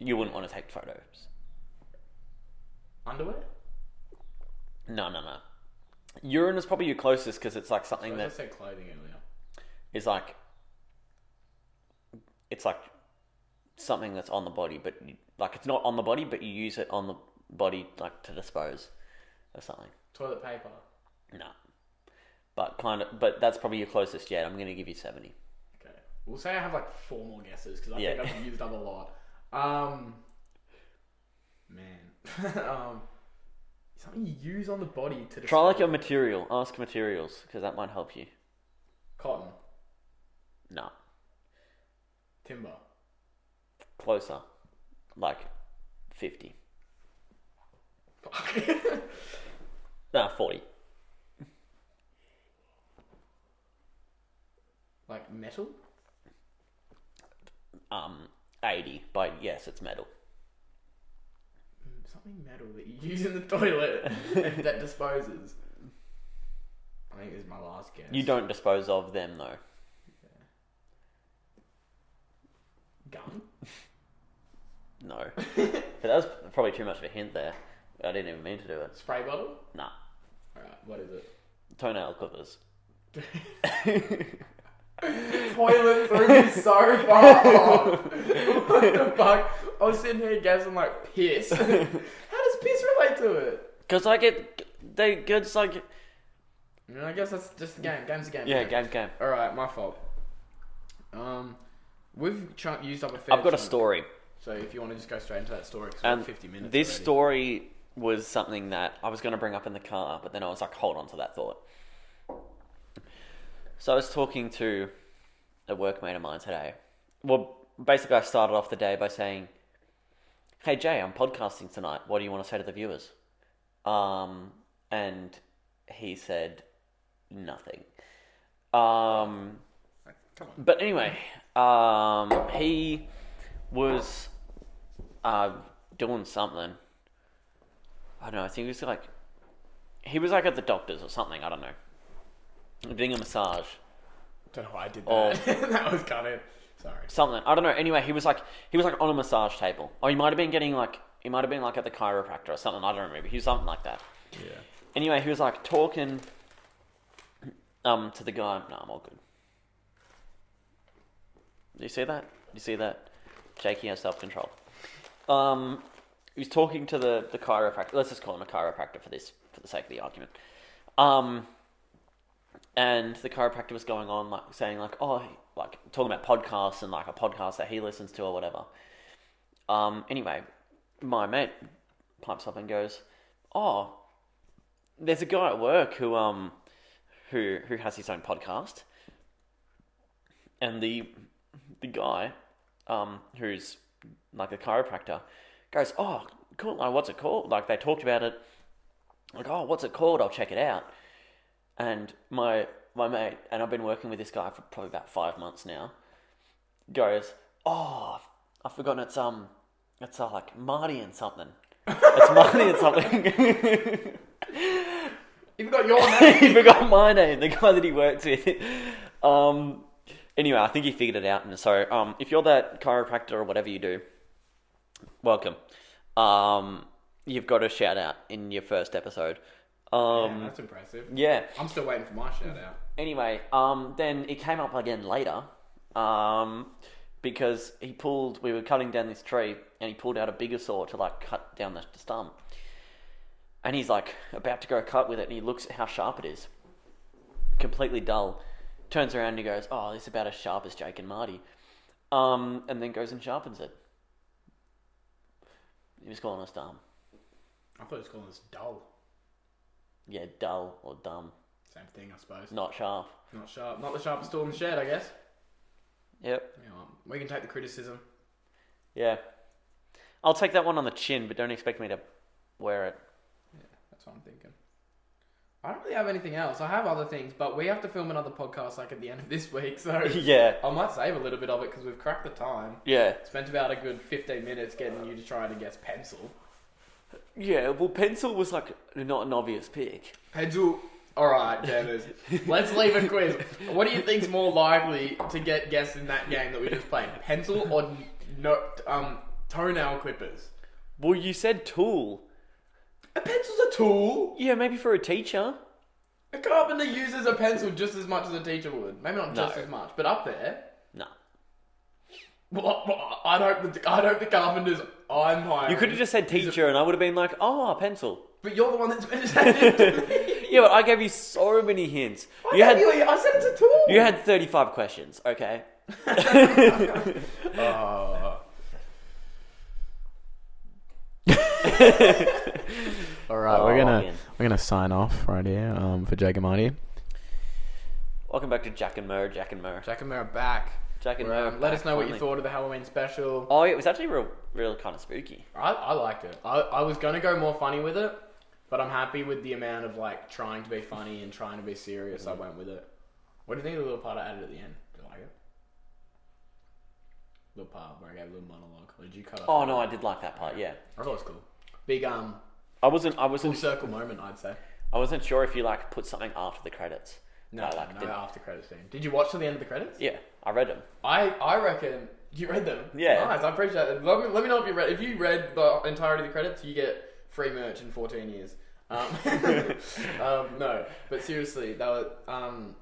Speaker 1: you wouldn't want to take photos.
Speaker 2: Underwear?
Speaker 1: No, no, no. Urine is probably your closest because it's like
Speaker 2: I
Speaker 1: something that
Speaker 2: just said clothing earlier.
Speaker 1: is like it's like something that's on the body, but you, like it's not on the body, but you use it on the body like to dispose of something.
Speaker 2: Toilet paper.
Speaker 1: No, but kind of, but that's probably your closest yet. I'm gonna give you seventy.
Speaker 2: Okay. We'll say I have like four more guesses because I
Speaker 1: Yeah.
Speaker 2: think I've used up a lot. Um, man, <laughs> um, something you use on the body to
Speaker 1: Try like
Speaker 2: destroy-
Speaker 1: your material. Ask materials because that might help you.
Speaker 2: cotton,
Speaker 1: No,
Speaker 2: timber,
Speaker 1: closer, like fifty.
Speaker 2: Fuck. <laughs>
Speaker 1: No, forty.
Speaker 2: like metal,
Speaker 1: Um, eighty. But yes, it's metal.
Speaker 2: Mm, something metal that you use in
Speaker 1: <laughs>
Speaker 2: the toilet and that disposes. I think this is my last guess.
Speaker 1: You don't dispose of them though.
Speaker 2: Gum?
Speaker 1: No. but that was probably too much of a hint there. I didn't even mean to do it.
Speaker 2: Spray bottle?
Speaker 1: Nah.
Speaker 2: Alright, what is it?
Speaker 1: Toenail clippers. <laughs>
Speaker 2: <laughs> toilet threw
Speaker 1: <laughs>
Speaker 2: me so far off. what the fuck? I was sitting here guessing
Speaker 1: <laughs>
Speaker 2: like piss. How does piss relate to it?
Speaker 1: Because I get. They get like.
Speaker 2: I, mean, Mm, I guess that's just the game. Game's a game.
Speaker 1: Yeah, game, game.
Speaker 2: All right, my fault. Um, we've ch- used up a fair.
Speaker 1: I've got a
Speaker 2: chunk,
Speaker 1: story.
Speaker 2: So if you want to just go straight into that story, 'cause we're
Speaker 1: And
Speaker 2: at fifty minutes.
Speaker 1: This
Speaker 2: already.
Speaker 1: story was something that I was going to bring up in the car, but then I was like, hold on to that thought. So I was talking to a workmate of mine today. Well, basically, I started off the day by saying, "Hey Jay, I'm podcasting tonight. What do you want to say to the viewers?" Um, and he said nothing. Um,
Speaker 2: Come on.
Speaker 1: but anyway, um, he was uh, doing something. I don't know. I think he was like he was like at the doctor's or something. I don't know. Doing a massage,
Speaker 2: Don't know why I did
Speaker 1: Oh.
Speaker 2: that. <laughs> that was kind of sorry.
Speaker 1: something. I don't know. Anyway, he was like he was like on a massage table, or he might have been getting like he might have been like at the chiropractor or something. I don't remember. He was something like that.
Speaker 2: Yeah.
Speaker 1: Anyway, he was like talking um to the guy. No, I'm all good. Do you see that? You see that? Jakey has self control. Um, he was talking to the the chiropractor. Let's just call him a chiropractor for this, for the sake of the argument. Um, and the chiropractor was going on like saying like oh like talking about podcasts and like a podcast that he listens to or whatever. Um, anyway, my mate pipes up and goes, oh, there's a guy at work who um who who has his own podcast and the the guy um who's like a chiropractor goes oh cool like what's it called like they talked about it like oh what's it called i'll check it out and my my mate and i've been working with this guy for probably about five months now goes oh i've forgotten it's um it's uh, like marty and something it's marty and something
Speaker 2: You've got
Speaker 1: <laughs>
Speaker 2: your name.
Speaker 1: he forgot my name, the guy that he works with. Um, anyway, I think he figured it out. And so, um, if you're that chiropractor or whatever you do, welcome. Um, you've got a shout out in your first episode.
Speaker 2: Yeah,
Speaker 1: Um,
Speaker 2: that's impressive.
Speaker 1: yeah.
Speaker 2: I'm still waiting for my shout out.
Speaker 1: Anyway, um, then it came up again later um, because he pulled, we were cutting down this tree and he pulled out a bigger saw to like cut down the stump. And he's like about to go cut with it and he looks at how sharp it is. Completely dull. Turns around and he goes, Oh, it's about as sharp as Jake and Marty. Um, and then goes and sharpens it. He was calling us dumb.
Speaker 2: I thought it was calling us dull.
Speaker 1: Yeah, dull or dumb.
Speaker 2: Same thing, I suppose.
Speaker 1: Not sharp.
Speaker 2: Not sharp. Not the sharpest tool in the shed, I guess.
Speaker 1: Yep.
Speaker 2: You know, we can take the criticism.
Speaker 1: Yeah. I'll take that one on the chin, but don't expect me to wear it.
Speaker 2: That's what I'm thinking. I don't really have anything else. I have other things, but we have to film another podcast like at the end of this week, <laughs> so
Speaker 1: <laughs> yeah.
Speaker 2: I might save a little bit of it because we've cracked the time.
Speaker 1: Yeah.
Speaker 2: Spent about a good 15 minutes getting you to try to guess pencil.
Speaker 1: Yeah, well, pencil was like not an obvious pick.
Speaker 2: Pencil. All right, Dennis. <laughs> Let's leave a quiz. What do you think's more likely to get guessed in that game that we just played? Pencil or n- no, um, toenail clippers?
Speaker 1: Well, you said tool.
Speaker 2: A pencil's a tool.
Speaker 1: Yeah, maybe for a teacher.
Speaker 2: A carpenter uses a pencil just as much as a teacher would. Maybe not just
Speaker 1: No.
Speaker 2: as much, but up there.
Speaker 1: No.
Speaker 2: Well, well, I'd hope the I'd hope the carpenters I'm hiring.
Speaker 1: You could have just said teacher, and I would have been like, oh, <laughs> pencil.
Speaker 2: But you're the one that's <laughs> been saying. <laughs>
Speaker 1: Yeah, but I gave you so many hints. You
Speaker 2: I
Speaker 1: had
Speaker 2: gave you a- I said it's a tool.
Speaker 1: you had thirty five questions. <laughs> Okay.
Speaker 2: Oh. All right,
Speaker 1: Oh,
Speaker 2: we're gonna
Speaker 1: man.
Speaker 2: we're gonna sign off right here um, for Jacob Marty.
Speaker 1: Welcome back to Jack and Mur. Jack and Mur.
Speaker 2: Jacob Mara back.
Speaker 1: Jack and
Speaker 2: We're,
Speaker 1: Mur.
Speaker 2: um, let us
Speaker 1: back,
Speaker 2: know what you
Speaker 1: finally.
Speaker 2: thought of the Halloween special.
Speaker 1: Oh, yeah, it was actually real, real kind of spooky.
Speaker 2: I, I liked it. I, I was gonna go more funny with it, but I'm happy with the amount of like trying to be funny and trying to be serious.
Speaker 1: Mm-hmm.
Speaker 2: I went with it. What do you think of the little part I added at the end? Did you like it? Little part where I gave a little monologue. Or did you cut off?
Speaker 1: Oh no, I did like that part. Yeah.
Speaker 2: I thought it was cool. big um
Speaker 1: I wasn't. I
Speaker 2: full
Speaker 1: wasn't.
Speaker 2: circle moment, I'd say.
Speaker 1: I wasn't sure if you like put something after the credits.
Speaker 2: No,
Speaker 1: I like
Speaker 2: no
Speaker 1: didn't-
Speaker 2: after credits scene. Did you watch till the end of the credits?
Speaker 1: Yeah, I read them.
Speaker 2: I I reckon you read them.
Speaker 1: Yeah.
Speaker 2: nice. I appreciate it. Let me, let me know if you read. If you read the entirety of the credits, you get free merch in 14 years.
Speaker 1: <laughs>
Speaker 2: Um, <laughs> um, no, but seriously, that was. Um,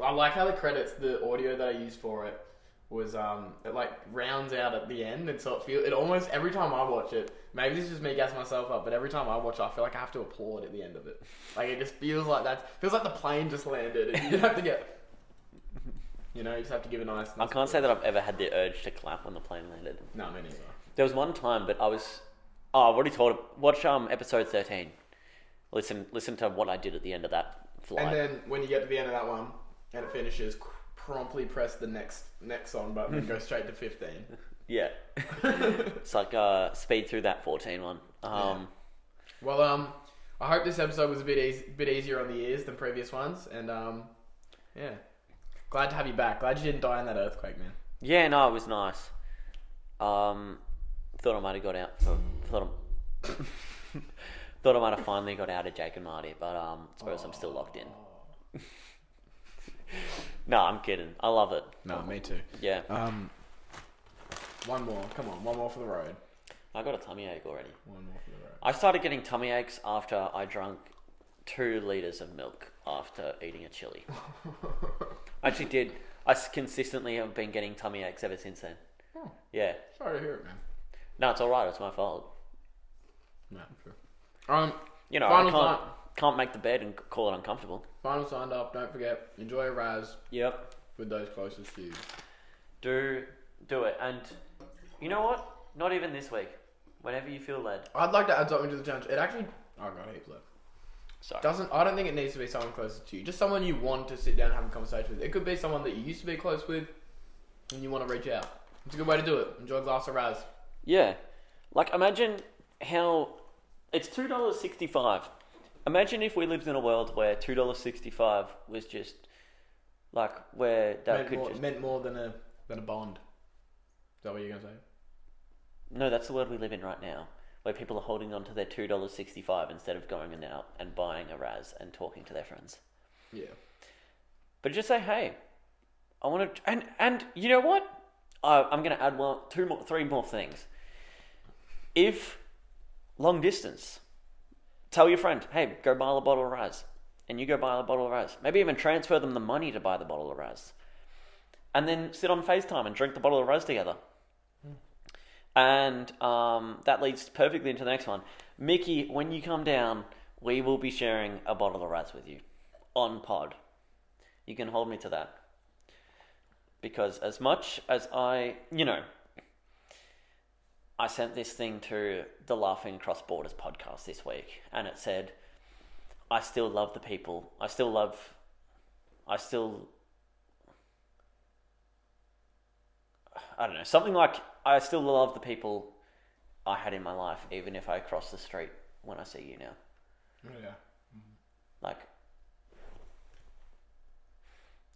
Speaker 2: I like how the credits, the audio that I used for it was um, it like rounds out at the end, and so it feels. It almost every time I watch it, maybe this is just me gassing myself up, but every time I watch, it, I feel like I have to applaud at the end of it. Like it just feels like that. Feels like the plane just landed, and you just have to get. You know, you just have to give a nice.
Speaker 1: I can't say that I've ever had the urge to clap when the plane landed.
Speaker 2: No, me neither.
Speaker 1: There was one time, but I was. Oh, I've already told. Watch um episode thirteen. Listen, listen to what I did at the end of that flight.
Speaker 2: And then when you get to the end of that one and it finishes, qu- promptly press the next next on
Speaker 1: <laughs>
Speaker 2: button and go straight to fifteen. <laughs>
Speaker 1: yeah, it's like uh, speed through that fourteen one. Um,
Speaker 2: Well, um, I hope this episode was a bit eas bit easier on the ears than previous ones, and um, yeah, glad to have you back. Glad you didn't die in that earthquake, man.
Speaker 1: yeah. no, it was nice. Um, thought I might have got out. For, thought I,
Speaker 2: <laughs>
Speaker 1: thought I might have finally got out of Jake and Marty, but um, I suppose I'm still locked in. no, I'm kidding. I love it.
Speaker 2: No, me too.
Speaker 1: Yeah,
Speaker 2: Um, one more. Come on, one more for the road.
Speaker 1: I got a tummy ache already.
Speaker 2: One more for the road.
Speaker 1: I started getting tummy aches after I drank two liters of milk after eating a chili. I actually did. I s- consistently have been getting tummy aches ever since then.
Speaker 2: Oh.
Speaker 1: Yeah.
Speaker 2: <laughs> Sorry to hear it, man.
Speaker 1: No, it's all right. It's my fault.
Speaker 2: No, sure. Um,
Speaker 1: You know,
Speaker 2: Final
Speaker 1: I can't
Speaker 2: thought.
Speaker 1: can't make the bed and c- call it uncomfortable.
Speaker 2: final signed up. Don't forget, enjoy a rise
Speaker 1: Yep.
Speaker 2: with those closest to you.
Speaker 1: Do do it, and you know what? Not even this week. Whenever you feel led.
Speaker 2: I'd like to add something to the challenge. It actually, oh god, heaps left.
Speaker 1: Sorry.
Speaker 2: Doesn't I don't think it needs to be someone closer to you. Just someone you want to sit down and have a conversation with. It could be someone that you used to be close with, and you want to reach out. It's a good way to do it. Enjoy a glass of raz.
Speaker 1: Yeah. Like imagine how it's two dollars sixty five. Imagine if we lived in a world where two dollars sixty five was just like where that
Speaker 2: meant,
Speaker 1: could
Speaker 2: more,
Speaker 1: just
Speaker 2: meant more than a than a bond. Is that what you're gonna say?
Speaker 1: No, that's the world we live in right now. Where people are holding on to their two dollars sixty five instead of going and out and buying a Raz and talking to their friends.
Speaker 2: Yeah.
Speaker 1: But just say, hey, I want to, and and you know what? I, I'm going to add one, two more, three more things. If long distance, tell your friend, hey, go buy a bottle of Raz, and you go buy a bottle of Raz. Maybe even transfer them the money to buy the bottle of Raz, and then sit on Facetime and drink the bottle of Raz together. And um, that leads perfectly into the next one. Mickey, when you come down, we will be sharing a bottle of Raz with you on pod. You can hold me to that. Because as much as I, you know, I sent this thing to the Laughing Cross Borders podcast this week, and it said, I still love the people. I still love. I still. I don't know. Something like, I still love the people I had in my life, even if I cross the street when I see you now.
Speaker 2: Yeah.
Speaker 1: Like,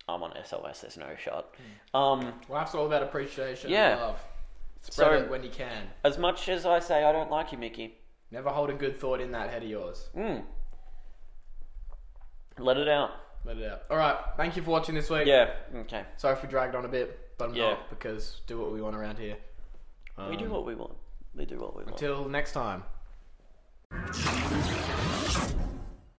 Speaker 1: I'm on SOS. There's no shot. Um,
Speaker 2: Life's all about appreciation.
Speaker 1: Yeah.
Speaker 2: And love. Spread
Speaker 1: So-
Speaker 2: it when you can.
Speaker 1: as much as I say I don't like you, Mickey,
Speaker 2: Never hold a good thought in that head of yours.
Speaker 1: mm, let it out.
Speaker 2: Let it out. All right. Thank you for watching this week.
Speaker 1: Yeah. Okay.
Speaker 2: Sorry if we dragged on a bit, but I'm
Speaker 1: Yeah.
Speaker 2: not because do what we want around here.
Speaker 1: we do what we want. We do what we want.
Speaker 2: Till next time.